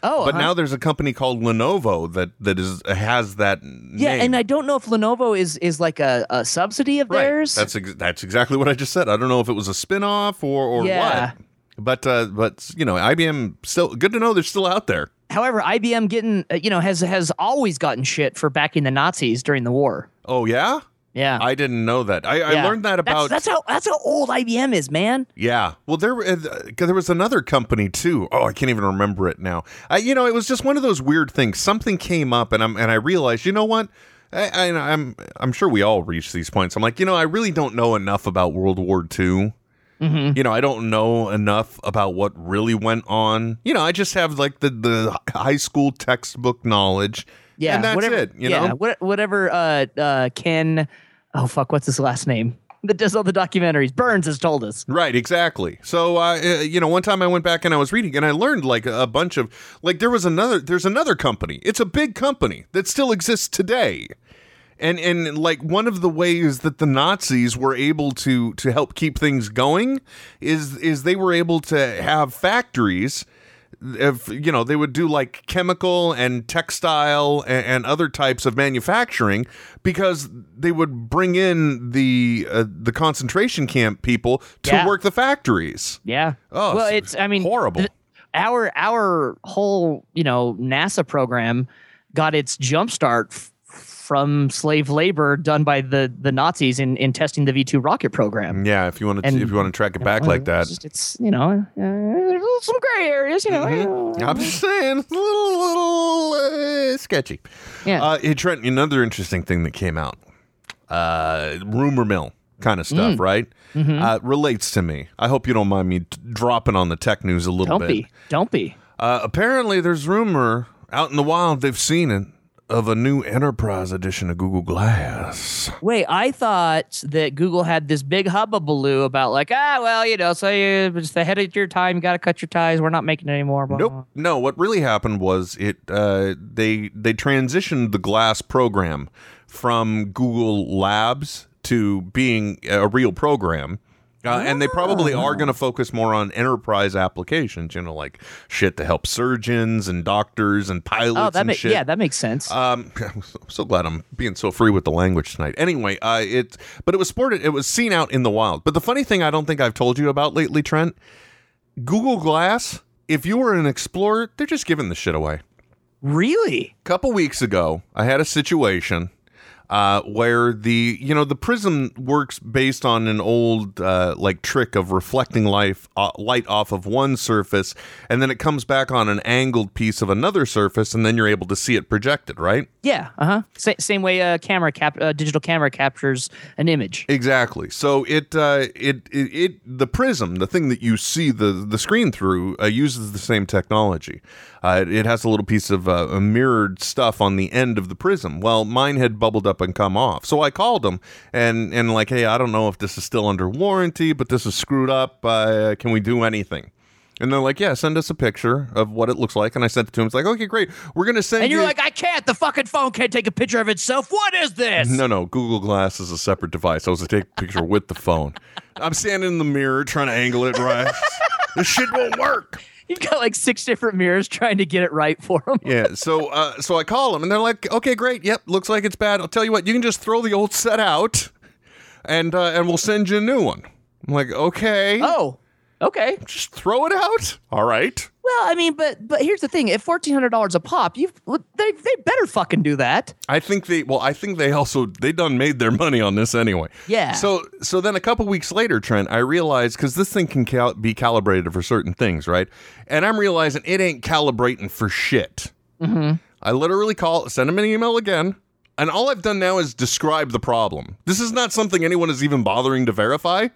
S7: Oh,
S6: but
S7: uh-huh.
S6: now there's a company called Lenovo that that is has that
S7: yeah,
S6: name.
S7: and I don't know if Lenovo is is like a, a subsidy of theirs.
S6: That's ex- that's exactly what I just said. I don't know if it was a spin-off or or
S7: Yeah.
S6: what. But uh, but you know, IBM still good to know they're still out there.
S7: However, IBM getting uh, you know has has always gotten shit for backing the Nazis during the war.
S6: Oh yeah?
S7: Yeah.
S6: I didn't know that. I, I
S7: Yeah.
S6: learned that
S7: That's-
S6: about
S7: that's, how that's how old IBM is, man.
S6: Yeah. Well, there were- uh, there was another company too. Oh, I can't even remember it now. I, you know, it was just one of those weird things. Something came up, and I'm and I realized, you know what? I, I, I'm I'm sure we all reach these points. I'm like, you know, I really don't know enough about World War II.
S7: Mhm.
S6: You know, I don't know enough about what really went on. You know, I just have like the the high school textbook knowledge.
S7: Yeah,
S6: and that's
S7: whatever,
S6: it. You
S7: yeah,
S6: know,
S7: what- whatever. Uh, uh, Ken. Oh fuck, what's his last name? That does all the documentaries. Burns has told us.
S6: Right, exactly. So, uh, uh, you know, one time I went back and I was reading, and I learned like a bunch of like there was another. There's another company. It's a big company that still exists today, and and like one of the ways that the Nazis were able to to help keep things going is is they were able to have factories. If you know, they would do like chemical and textile and, and other types of manufacturing because they would bring in the uh, the concentration camp people to
S7: Yeah.
S6: work the factories.
S7: Yeah.
S6: Oh,
S7: well,
S6: it's
S7: it's I mean
S6: horrible.
S7: th- our our whole you know NASA program got its jumpstart f- from slave labor done by the the Nazis in in testing the V two rocket program.
S6: Yeah, if you want to,
S7: And-
S6: if you want to track it back
S7: well,
S6: like that,
S7: It's you know uh, there's some gray areas, you know.
S6: Mm-hmm.
S7: uh,
S6: I'm
S7: Mm-hmm.
S6: just saying, it's a little, little uh, sketchy.
S7: Yeah.
S6: Uh, hey, Trent, another interesting thing that came out, uh, rumor mill kind of stuff, right?
S7: Mhm.
S6: Uh, relates to me. I hope you don't mind me t- dropping on the tech news a little bit.
S7: Don't be. Don't be.
S6: Uh, apparently, there's rumor out in the wild. They've seen it of a new Enterprise edition of Google Glass.
S7: Wait, I thought that Google had this big hubbubaloo about like, ah, well, you know, so you, it's the head of your time, you got to cut your ties. We're not making it anymore. Blah, blah.
S6: Nope. No, what really happened was it uh, they they transitioned the glass program from Google Labs to being a real program. Uh, And they
S7: Ah.
S6: probably are going to focus more on enterprise applications, you know, like shit to help surgeons and doctors and pilots
S7: Oh, that
S6: and
S7: ma-
S6: shit.
S7: yeah, that makes sense.
S6: Um, I'm so glad I'm being so free with the language tonight. Anyway, uh, it but it was sported. It was seen out in the wild. But the funny thing I don't think I've told you about lately, Trent. Google Glass. If you were an explorer, they're just giving the shit away.
S7: Really?
S6: A couple weeks ago, I had a situation uh, where the you know the prism works based on an old uh, like trick of reflecting life uh, light off of one surface, and then it comes back on an angled piece of another surface, and then you're able to see it projected, right?
S7: Yeah, uh huh. Sa- same way a camera cap, uh, digital camera captures an image.
S6: Exactly. So it, uh, it it it the prism, the thing that you see the the screen through, uh, uses the same technology. Uh, it, it has a little piece of uh, mirrored stuff on the end of the prism. Well, mine had bubbled up and come off. So I called them and and like, hey, I don't know if this is still under warranty, but this is screwed up. Uh, can we do anything? And they're like, yeah, send us a picture of what it looks like. And I sent it to him. It's like, okay, great. We're gonna send.
S7: And you're
S6: you-
S7: like, I can't. The fucking phone can't take a picture of itself. What is this?
S6: no, no. Google Glass is a separate device. I was to take a picture with the phone. I'm standing in the mirror trying to angle it right. this shit won't work.
S7: You've got like six different mirrors trying to get it right for him.
S6: Yeah. So, uh, so I call them and they're like, "Okay, great. Yep, looks like it's bad. I'll tell you what. You can just throw the old set out, and uh, and we'll send you a new one." I'm like, "Okay."
S7: Oh, okay.
S6: Just throw it out. All right.
S7: Well, I mean, but but here's the thing: at fourteen hundred dollars a pop, you they they better fucking do that.
S6: I think they well, I think they also they done made their money on this anyway.
S7: Yeah.
S6: So so then a couple weeks later, Trent, I realized because this thing can cal- be calibrated for certain things, right? And I'm realizing it ain't calibrating for shit.
S7: Mm-hmm.
S6: I literally call, send him an email again, and all I've done now is describe the problem. This is not something anyone is even bothering to verify.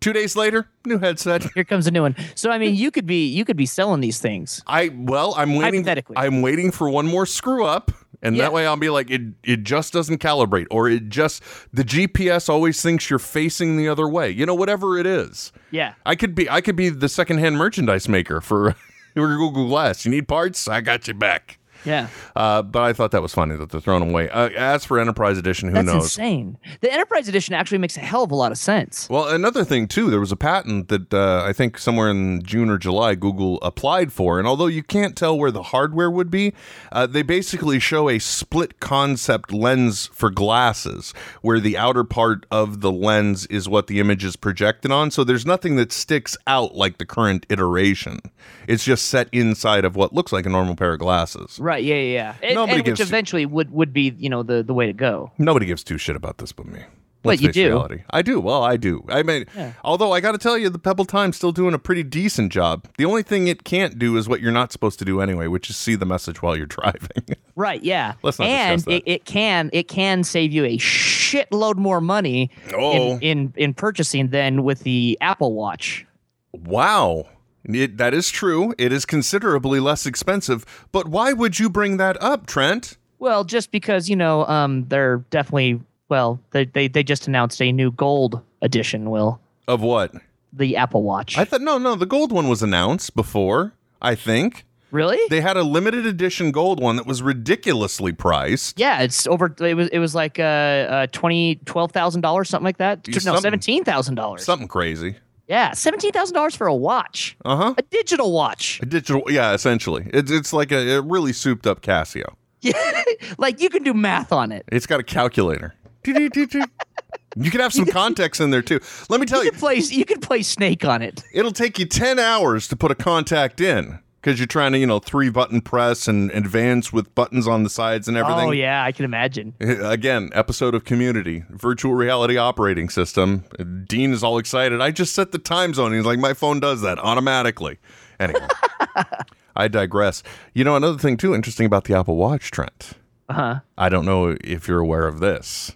S6: Two days later, new headset.
S7: Here comes a new one. So I mean, you could be you could be selling these things.
S6: I well, I'm waiting.
S7: Hypothetically.
S6: I'm waiting for one more screw up, and
S7: Yeah.
S6: that way I'll be like, it it just doesn't calibrate, or it just the GPS always thinks you're facing the other way. You know, whatever it is.
S7: Yeah.
S6: I could be I could be the secondhand merchandise maker for for Google Glass. You need parts? I got you back.
S7: Yeah.
S6: Uh, but I thought that was funny that they're throwing them away. Uh, as for Enterprise Edition, who
S7: That's
S6: knows?
S7: insane. The Enterprise Edition actually makes a hell of a lot of sense.
S6: Well, another thing too, there was a patent that uh, I think somewhere in June or July Google applied for, and although you can't tell where the hardware would be, uh, they basically show a split concept lens for glasses, where the outer part of the lens is what the image is projected on. So there's nothing that sticks out like the current iteration. It's just set inside of what looks like a normal pair of glasses.
S7: Right. Yeah. Yeah. yeah. And,
S6: Nobody
S7: and which
S6: gives-
S7: eventually would would be you know the the way to go.
S6: Nobody gives two shit about this but me.
S7: But
S6: Let's
S7: you
S6: face
S7: do.
S6: Reality. I do. Well, I do. I mean,
S7: Yeah.
S6: although I got to tell you, the Pebble Time's still doing a pretty decent job. The only thing it can't do is what you're not supposed to do anyway, which is see the message while you're driving.
S7: Right, yeah.
S6: Let's not discuss
S7: and
S6: that.
S7: It, it can it can save you a shitload more money
S6: Oh.
S7: in, in in purchasing than with the Apple Watch.
S6: wow. It, that is true. It is considerably less expensive. But why would you bring that up, Trent?
S7: Well, just because you know, um, they're definitely well, they they, they just announced a new gold edition. Will
S6: Of what?
S7: the Apple Watch?
S6: I thought no, no, the gold one was announced before, I think.
S7: Really?
S6: They had a limited edition gold one that was ridiculously priced.
S7: Yeah, it's over. It was it was like uh, uh twenty twelve thousand dollars, something like that. No,
S6: Something-
S7: seventeen thousand dollars.
S6: Something crazy.
S7: Yeah, seventeen thousand dollars for a watch,
S6: Uh-huh.
S7: a digital watch.
S6: A digital yeah, essentially. It's it's like a, a really souped up Casio.
S7: Yeah, like you can do math on it.
S6: It's got a calculator. You can have some contacts in there too. Let me tell you.
S7: You can play you can play Snake on it.
S6: It'll take you 10 hours to put a contact in because you're trying to, you know, three button press and advance with buttons on the sides and everything.
S7: Oh yeah, I can imagine.
S6: Again, episode of Community, virtual reality operating system. Dean is all excited. I just set the time zone. He's like, my phone does that automatically. Anyway, I digress. You know, another thing too interesting about the Apple Watch, Trent.
S7: Uh huh.
S6: I don't know if you're aware of this.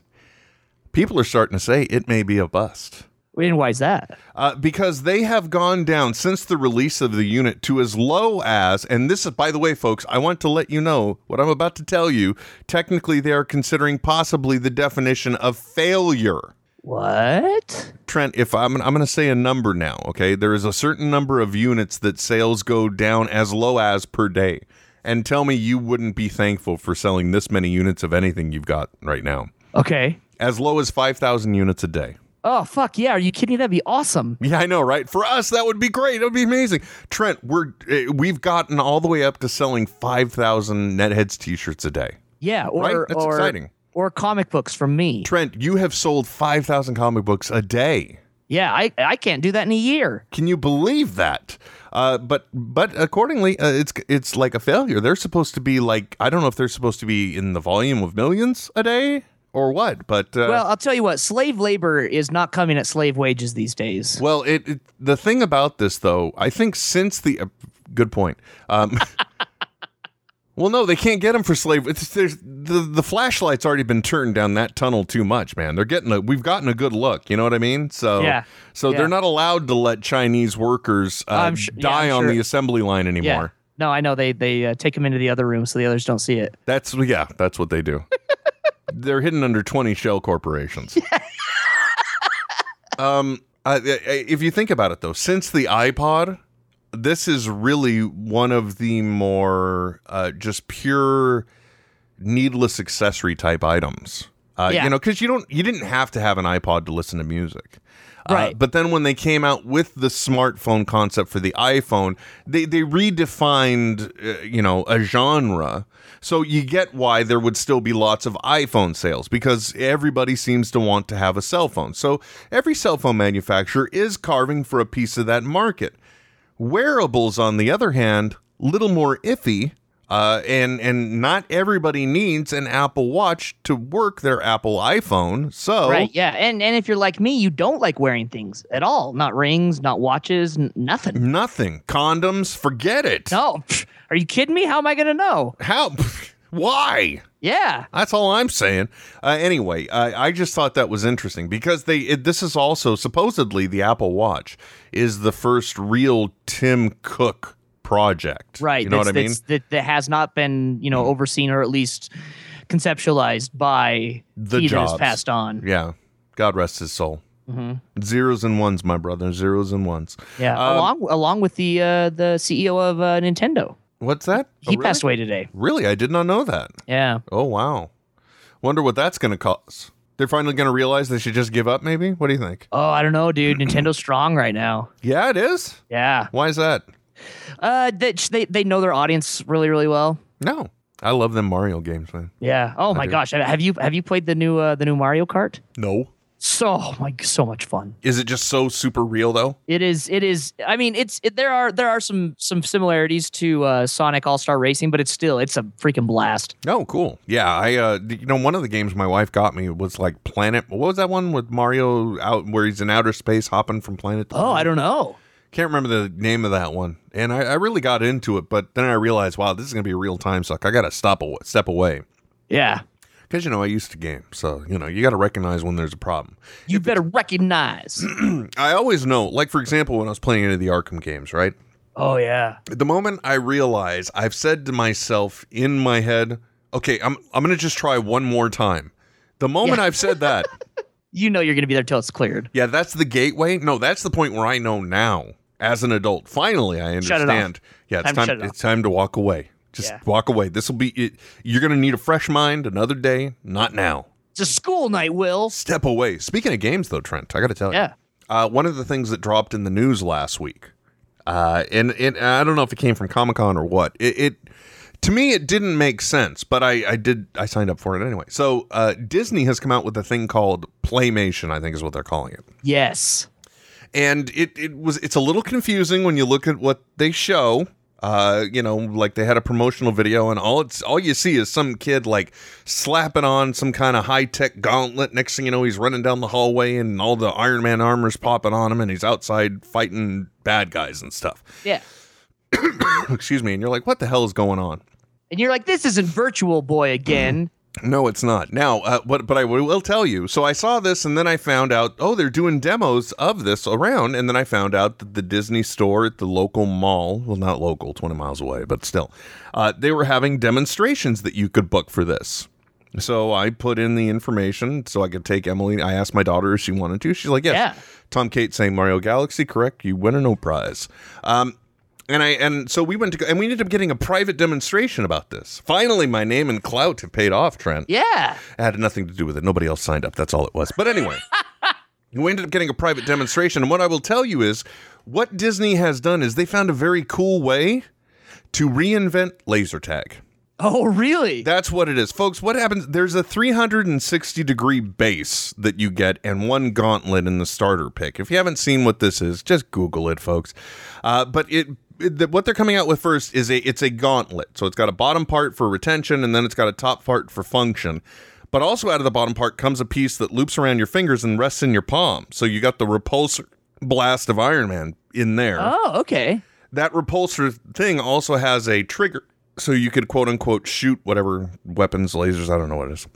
S6: People are starting to say it may be a bust.
S7: And why is that?
S6: Uh, because they have gone down since the release of the unit to as low as, and this is, by the way, folks, I want to let you know what I'm about to tell you. Technically, they are considering possibly the definition of failure.
S7: What?
S6: Trent, if I'm, I'm going to say a number now, okay? There is a certain number of units that sales go down as low as per day. And tell me you wouldn't be thankful for selling this many units of anything you've got right now.
S7: Okay.
S6: As low as 5,000 units a day.
S7: Oh fuck yeah! Are you kidding? That'd be awesome.
S6: Yeah, I know, right? For us, that would be great. That would be amazing. Trent, we're eh, we've gotten all the way up to selling five thousand Netheads T-shirts a day.
S7: Yeah, or
S6: Right? That's
S7: or,
S6: exciting.
S7: Or comic books from me.
S6: Trent, you have sold five thousand comic books a day.
S7: Yeah, I I can't do that in a year.
S6: Can you believe that? Uh, but but accordingly, uh, it's it's like a failure. They're supposed to be like I don't know if they're supposed to be in the volume of millions a day or what. But uh,
S7: well, I'll tell you what, slave labor is not coming at slave wages these days.
S6: Well, it, it the thing about this though, I think since the uh, good point. Um, well, no, they can't get them for slave. It's, there's the the flashlight's already been turned down that tunnel too much, man. They're getting a we've gotten a good look. You know what I mean? So
S7: Yeah.
S6: so
S7: Yeah.
S6: they're not allowed to let Chinese workers uh,
S7: I'm su- yeah,
S6: die
S7: I'm
S6: on
S7: sure.
S6: the assembly line
S7: Yeah.
S6: anymore.
S7: No, I know they they uh, take them into the other room so the others don't see it.
S6: That's yeah, that's what they do. They're hidden under 20 shell corporations. um I, I, if you think about it though, since the iPod, this is really one of the more uh, just pure needless accessory type items. Uh,
S2: Yeah.
S6: you know, cuz you don't you didn't have to have an iPod to listen to music. Uh,
S2: Right.
S6: but then when they came out with the smartphone concept for the iPhone, they they redefined, uh, you know, a genre. So you get why there would still be lots of iPhone sales because everybody seems to want to have a cell phone. So every cell phone manufacturer is carving for a piece of that market. Wearables, on the other hand, little more iffy, uh, and and not everybody needs an Apple Watch to work their Apple iPhone. So
S7: Right, yeah. And and if you're like me, you don't like wearing things at all. Not rings, not watches, n-
S6: Mm.
S7: nothing.
S6: Nothing. Condoms, forget it.
S7: No. pff, Are you kidding me? How am I going to know?
S6: How? Why?
S7: Yeah.
S6: That's all I'm saying. Uh, anyway, I, I just thought that was interesting because they it, this is also supposedly the Apple Watch is the first real Tim Cook project.
S7: Right.
S6: You know what I
S7: that's-
S6: mean? Mm.
S7: that's- That, that has not been, you know, overseen or at least conceptualized by
S6: The
S7: he that has
S6: jobs.
S7: passed on.
S6: Yeah. God rest his soul.
S7: Mhm.
S6: Zeros and ones, my brother. Zeros and ones.
S7: Yeah,
S6: Um, Oh,
S7: along along with the uh, the CEO of uh, Nintendo.
S6: What's that?
S7: He passed away today.
S6: Really? I did not know that.
S7: Yeah.
S6: Oh wow. Wonder what that's going to cost. They're finally going to realize they should just give up. Maybe. What do you think?
S7: Oh, I don't know, dude. Nintendo's strong right now.
S6: Yeah, it is.
S7: Yeah.
S6: Why is that?
S7: Uh, they they, they know their audience really really well.
S6: No. I love them Mario games, man.
S7: Yeah. Oh
S6: I
S7: my
S6: do.
S7: gosh. Have you have you played the new uh, the new Mario Kart?
S6: No.
S7: So my, so much fun.
S6: Is it just so super real though?
S7: It is. It is. I mean, it's it, there are there are some some similarities to uh, Sonic All Star Racing, but it's still it's a freaking blast.
S6: Oh, cool. Yeah, I uh d- you know one of the games my wife got me was like Planet. What was that one with Mario out where he's in outer space hopping from planet to
S7: Oh, I don't know.
S6: Can't remember the name of that one. And I, I really got into it, but then I realized, wow, this is going to be a real time suck. I got to stop a step away.
S7: Yeah.
S6: Cuz you know, I used to game. So, you know, you got to recognize when there's a problem.
S7: You better recognize.
S6: I always know, like for example, when I was playing any of the Arkham games, right?
S7: oh yeah.
S6: The moment I realize I've said to myself in my head, okay, I'm I'm gonna just try one more time. The moment I've said that,
S7: you know you're gonna be there till it's cleared.
S6: Yeah, that's the gateway. No, that's the point where I know now as an adult. Finally, I
S7: Shut it off.
S6: understand. Yeah, it's
S7: Time to
S6: time.
S7: shut it off.
S6: it's time to walk away. Just
S7: Yeah.
S6: walk away. This will be. It, you're gonna need a fresh mind another day. Not now.
S7: It's a school night, Will.
S6: Step away. Speaking of games, though, Trent, I got to tell
S7: Yeah.
S6: you, uh, one of the things that dropped in the news last week, uh, and, and I don't know if it came from Comic Con or what. It, it to me, it didn't make sense, but I, I did. I signed up for it anyway. So uh, Disney has come out with a thing called Playmation. I think is what they're calling it
S7: Yes.
S6: and it, it was it's a little confusing when you look at what they show uh you know like they had a promotional video and all it's all you see is some kid like slapping on some kind of high-tech gauntlet next thing you know he's running down the hallway and all the iron man armor's popping on him and he's outside fighting bad guys and stuff
S7: Yeah.
S6: excuse me and you're like what the hell is going on
S7: And you're like, this isn't Virtual Boy again.
S6: No, it's not. Now, uh, what, but I will tell you. So I saw this, and then I found out. Oh, they're doing demos of this around, and then I found out that the Disney store at the local mall, well, not local, twenty miles away, but still, uh, they were having demonstrations that you could book for this. So I put in the information so I could take Emily. I asked my daughter if she wanted to. She's like, "Yes." Tom Kate saying Mario Galaxy, correct? You win a no prize. Um, and I and so we went to go, and we ended up getting a private demonstration about this. Finally, my name and clout have paid off, Trent.
S7: Yeah.
S6: It had nothing to do with it. Nobody else signed up. That's all it was. But anyway, we ended up getting a private demonstration. And what I will tell you is what Disney has done is they found a very cool way to reinvent laser tag.
S7: Oh, really?
S6: That's what it is. Folks, what happens? There's a 360 degree base that you get and one gauntlet in the starter pick. If you haven't seen what this is, just Google it, folks. Uh, but it. it- the- What they're coming out with first is a it's a gauntlet, so it's got a bottom part for retention, and then it's got a top part for function. But also out of the bottom part comes a piece that loops around your fingers and rests in your palm. So you got the repulsor blast of Iron Man in there.
S7: Oh, okay.
S6: That repulsor thing also has a trigger, so you could quote unquote shoot whatever weapons, lasers, I don't know what it is.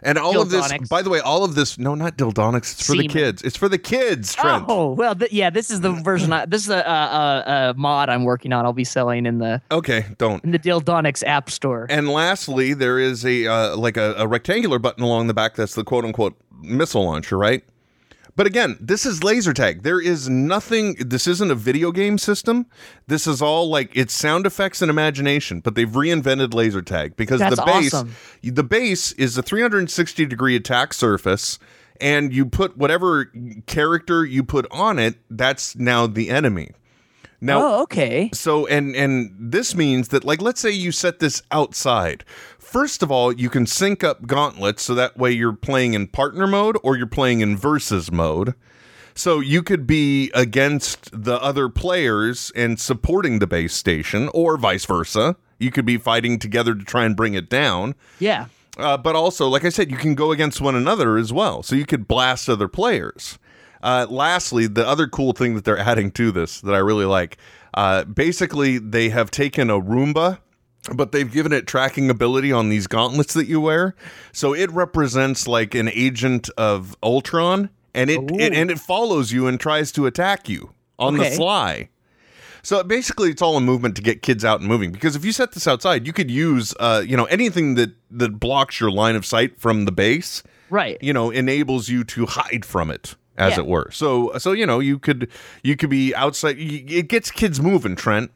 S6: And all of this,
S7: Dildonics.
S6: by the way, all of this, no, not dildonics. It's for the
S7: Semen.
S6: kids. It's for the kids, Trent.
S7: Oh well, th- yeah. This is the version. I, this is a, uh uh uh mod I'm working on. I'll be selling in the
S6: Okay, don't.
S7: in the Dildonics app store.
S6: And lastly, there is a uh, like a, a rectangular button along the back that's the quote unquote missile launcher, right? But again, this is laser tag. There is nothing. This isn't a video game system. This is all like it's sound effects and imagination. But they've reinvented laser tag because
S2: That's
S6: the base,
S2: awesome.
S6: the base is a 360 degree attack surface, and you put whatever character you put on it. That's now the enemy. Now,
S7: Oh, okay.
S6: So, and and this means that, like, let's say you set this outside. First of all, you can sync up gauntlets, so that way you're playing in partner mode or you're playing in versus mode. So you could be against the other players and supporting the base station, or vice versa. You could be fighting together to try and bring it down.
S7: Yeah.
S6: Uh, but also, like I said, you can go against one another as well. So you could blast other players. Uh, lastly, the other cool thing that they're adding to this that I really like uh, basically, they have taken a Roomba, but they've given it tracking ability on these gauntlets that you wear. So it represents like an agent of Ultron. And it, it and it follows you and tries to attack you on the
S2: Okay.
S6: fly. So basically, it's all a movement to get kids out and moving. Because if you set this outside, you could use, uh, you know, anything that that blocks your line of sight from the base.
S7: Right.
S6: You know, enables you to hide from it, as
S7: Yeah.
S6: it were. So, so you know, you could you could be outside. y- It gets kids moving, Trent.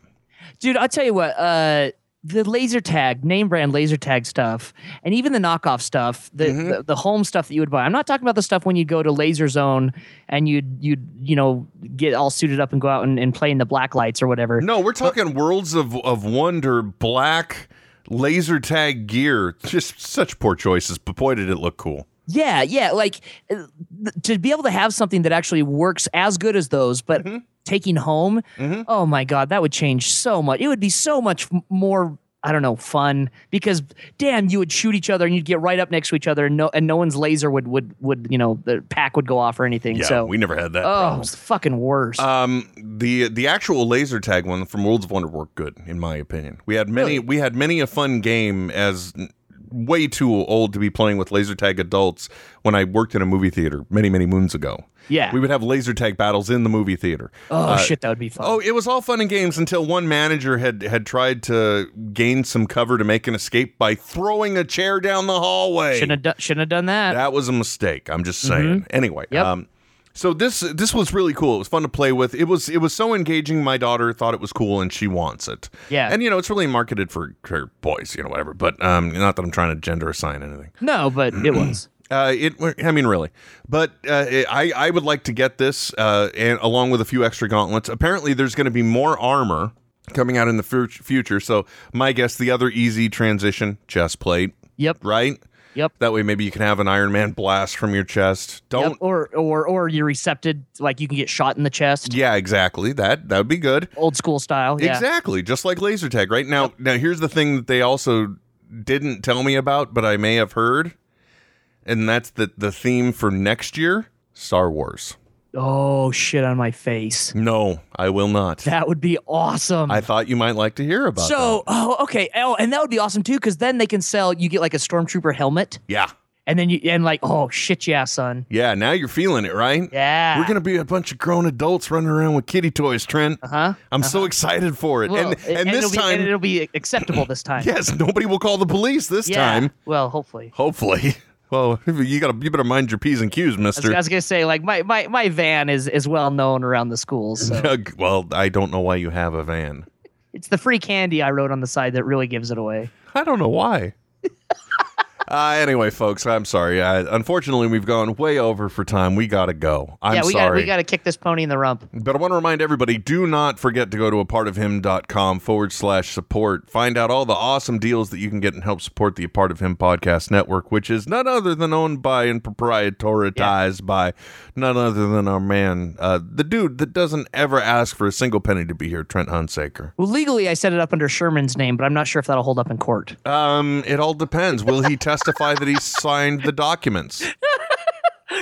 S7: Dude, I'll tell you what. Uh, the laser tag, name brand laser tag stuff, and even the knockoff stuff, the, the the home stuff that you would buy. I'm not talking about the stuff when you go to Laser Zone and you'd you'd you know get all suited up and go out and, and play in the black lights or whatever.
S6: No, we're talking worlds of of wonder, black laser tag gear. Just such poor choices, but boy, did it look cool.
S7: Yeah, yeah. Like uh, th- to be able to have something that actually works as good as those, but
S6: Mm-hmm.
S7: taking home, oh my God, that would change so much. It would be so much m- more. I don't know, fun because damn, you would shoot each other and you'd get right up next to each other, and no, and no one's laser would would would you know the pack would go off or anything.
S6: Yeah,
S7: so
S6: we never had that
S7: Oh,
S6: problem.
S7: it's the fucking worst.
S6: Um, the the actual laser tag one from Worlds of Wonder worked good, in my opinion. We had many we had many a fun game as n- way too old to be playing with laser tag adults when I worked in a movie theater many many moons ago.
S7: Yeah.
S6: we would have laser tag battles in the movie theater.
S7: oh
S6: Uh,
S7: shit, that would be fun.
S6: Oh, it was all fun and games until one manager had had tried to gain some cover to make an escape by throwing a chair down the hallway.
S7: Shouldn't have done, shouldn't have done that.
S6: That was a mistake. I'm just saying. Anyway, um, so this this was really cool. It was fun to play with. It was it was so engaging. My daughter thought it was cool, and she wants it.
S7: Yeah.
S6: and you know it's really marketed for, for boys, you know, whatever. But um, not that I'm trying to gender assign anything.
S7: No, but it was.
S6: Uh, it. I mean, really. But uh, it- I, I would like to get this, uh, and along with a few extra gauntlets. Apparently, there's going to be more armor coming out in the fut- future. So my guess, the other easy transition, chest plate.
S7: Yep.
S6: Right.
S7: Yep.
S6: That way, maybe you can have an Iron Man blast from your chest. Don't.
S7: Yep, or or or you're recepted, like you can get shot in the chest.
S6: Yeah, exactly. That that would be good.
S7: Old school style. Yeah.
S6: Exactly, just like laser tag. Right now, now here's the thing that they also didn't tell me about, but I may have heard, and that's the the theme for next year: Star Wars.
S7: Oh shit on my face.
S6: No, I will not.
S7: That would be awesome.
S6: I thought you might like to hear about.
S7: so oh okay oh and that would be awesome too because then they can sell you get like a stormtrooper helmet
S6: that. yeah,
S7: and then you and like oh shit yeah son
S6: yeah. Now you're feeling it, right?
S7: Yeah.
S6: We're gonna be a bunch of grown adults running around with kitty toys, Trent. Uh huh. I'm so excited for it,
S7: Uh-huh. Well,
S6: and and, this
S7: it'll be-
S6: time,
S7: and it'll be acceptable this time
S6: yes, nobody will call the police this
S7: Yeah.
S6: time.
S7: well hopefully
S6: Hopefully. Well, you gotta you better mind your p's and q's,
S7: I was,
S6: Mister.
S7: I was gonna say like my, my my van is is well known around the schools so.
S6: well, I don't know why you have a van.
S7: it's the free candy I wrote on the side that really gives it away
S6: I don't know why. Uh, anyway, folks, I'm sorry. I, unfortunately, we've gone way over for time. We gotta go. I'm
S7: yeah we got
S6: sorry.
S7: we got to kick this pony in the rump
S6: But I want to remind everybody do not forget to go to a part of him.com forward slash support. Find out all the awesome deals that you can get and help support the A Part of Him podcast network, which is none other than owned by and proprietized by none other than our man, uh, the dude that doesn't ever ask for a single penny to be here, Trent Hunsaker.
S7: well legally I set it up under Sherman's name but I'm not sure if that'll hold up in court
S6: Um, it all depends. Will he testify that he signed the documents?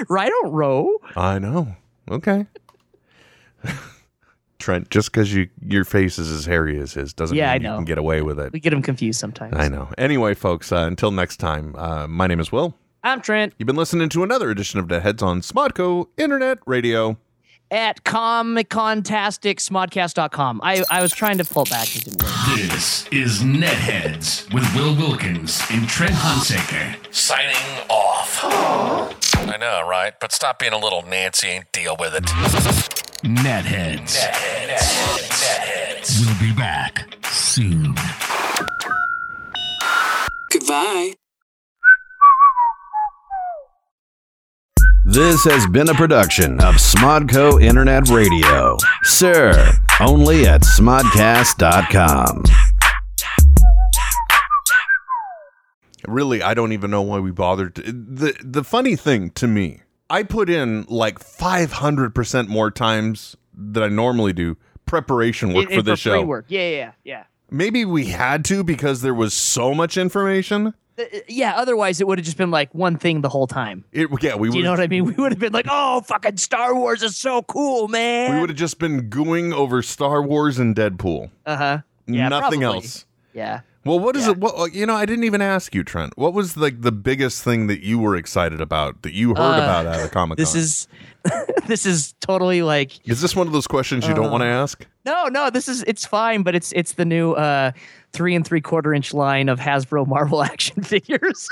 S7: right don't row
S6: I know. Okay. Trent, just because you your face is as hairy as his doesn't
S7: Yeah,
S6: mean
S7: I
S6: you
S7: know.
S6: can get away with it.
S7: we get them confused sometimes
S6: I know. Anyway, folks, uh, until next time, uh, my name is Will.
S7: I'm Trent
S6: You've been listening to another edition of Deadheads on Smodco Internet Radio.
S7: at comicontasticsmodcast.com. I, I was trying to pull back. It didn't work.
S13: This is Netheads with Will Wilkins and Trent Hunsaker.
S12: Signing off. I know, right? But stop being a little Nancy and deal with it.
S13: Netheads. We'll be back soon.
S14: Goodbye.
S1: This has been a production of Smodco Internet Radio. Sir, only at smodcast.com.
S6: Really, I don't even know why we bothered. to- the The funny thing to me, I put in like five hundred percent more times than I normally do preparation work
S7: In- in
S6: for this show.
S7: pre-work. Yeah, yeah, yeah.
S6: Maybe we had to because there was so much information.
S7: Th- Uh, Yeah, otherwise it would have just been like one thing the whole time.
S6: It, yeah, we
S7: Do you
S6: would
S7: know what I mean? We would have been like, oh, fucking Star Wars is so cool, man.
S6: we would have just been gooing over Star Wars and Deadpool.
S7: Uh huh. Yeah,
S6: Nothing
S7: probably.
S6: else.
S7: Yeah.
S6: Well, what is it? What you know? I didn't even ask you, Trent. What was like the biggest thing that you were excited about that you heard
S7: Uh,
S6: about out of Comic Con?
S7: This is this is totally like
S6: Is this one of those questions you don't
S7: Uh,
S6: want to ask?
S7: no, no. This is it's fine, but it's it's the new uh three and three quarter inch line of Hasbro Marvel action figures.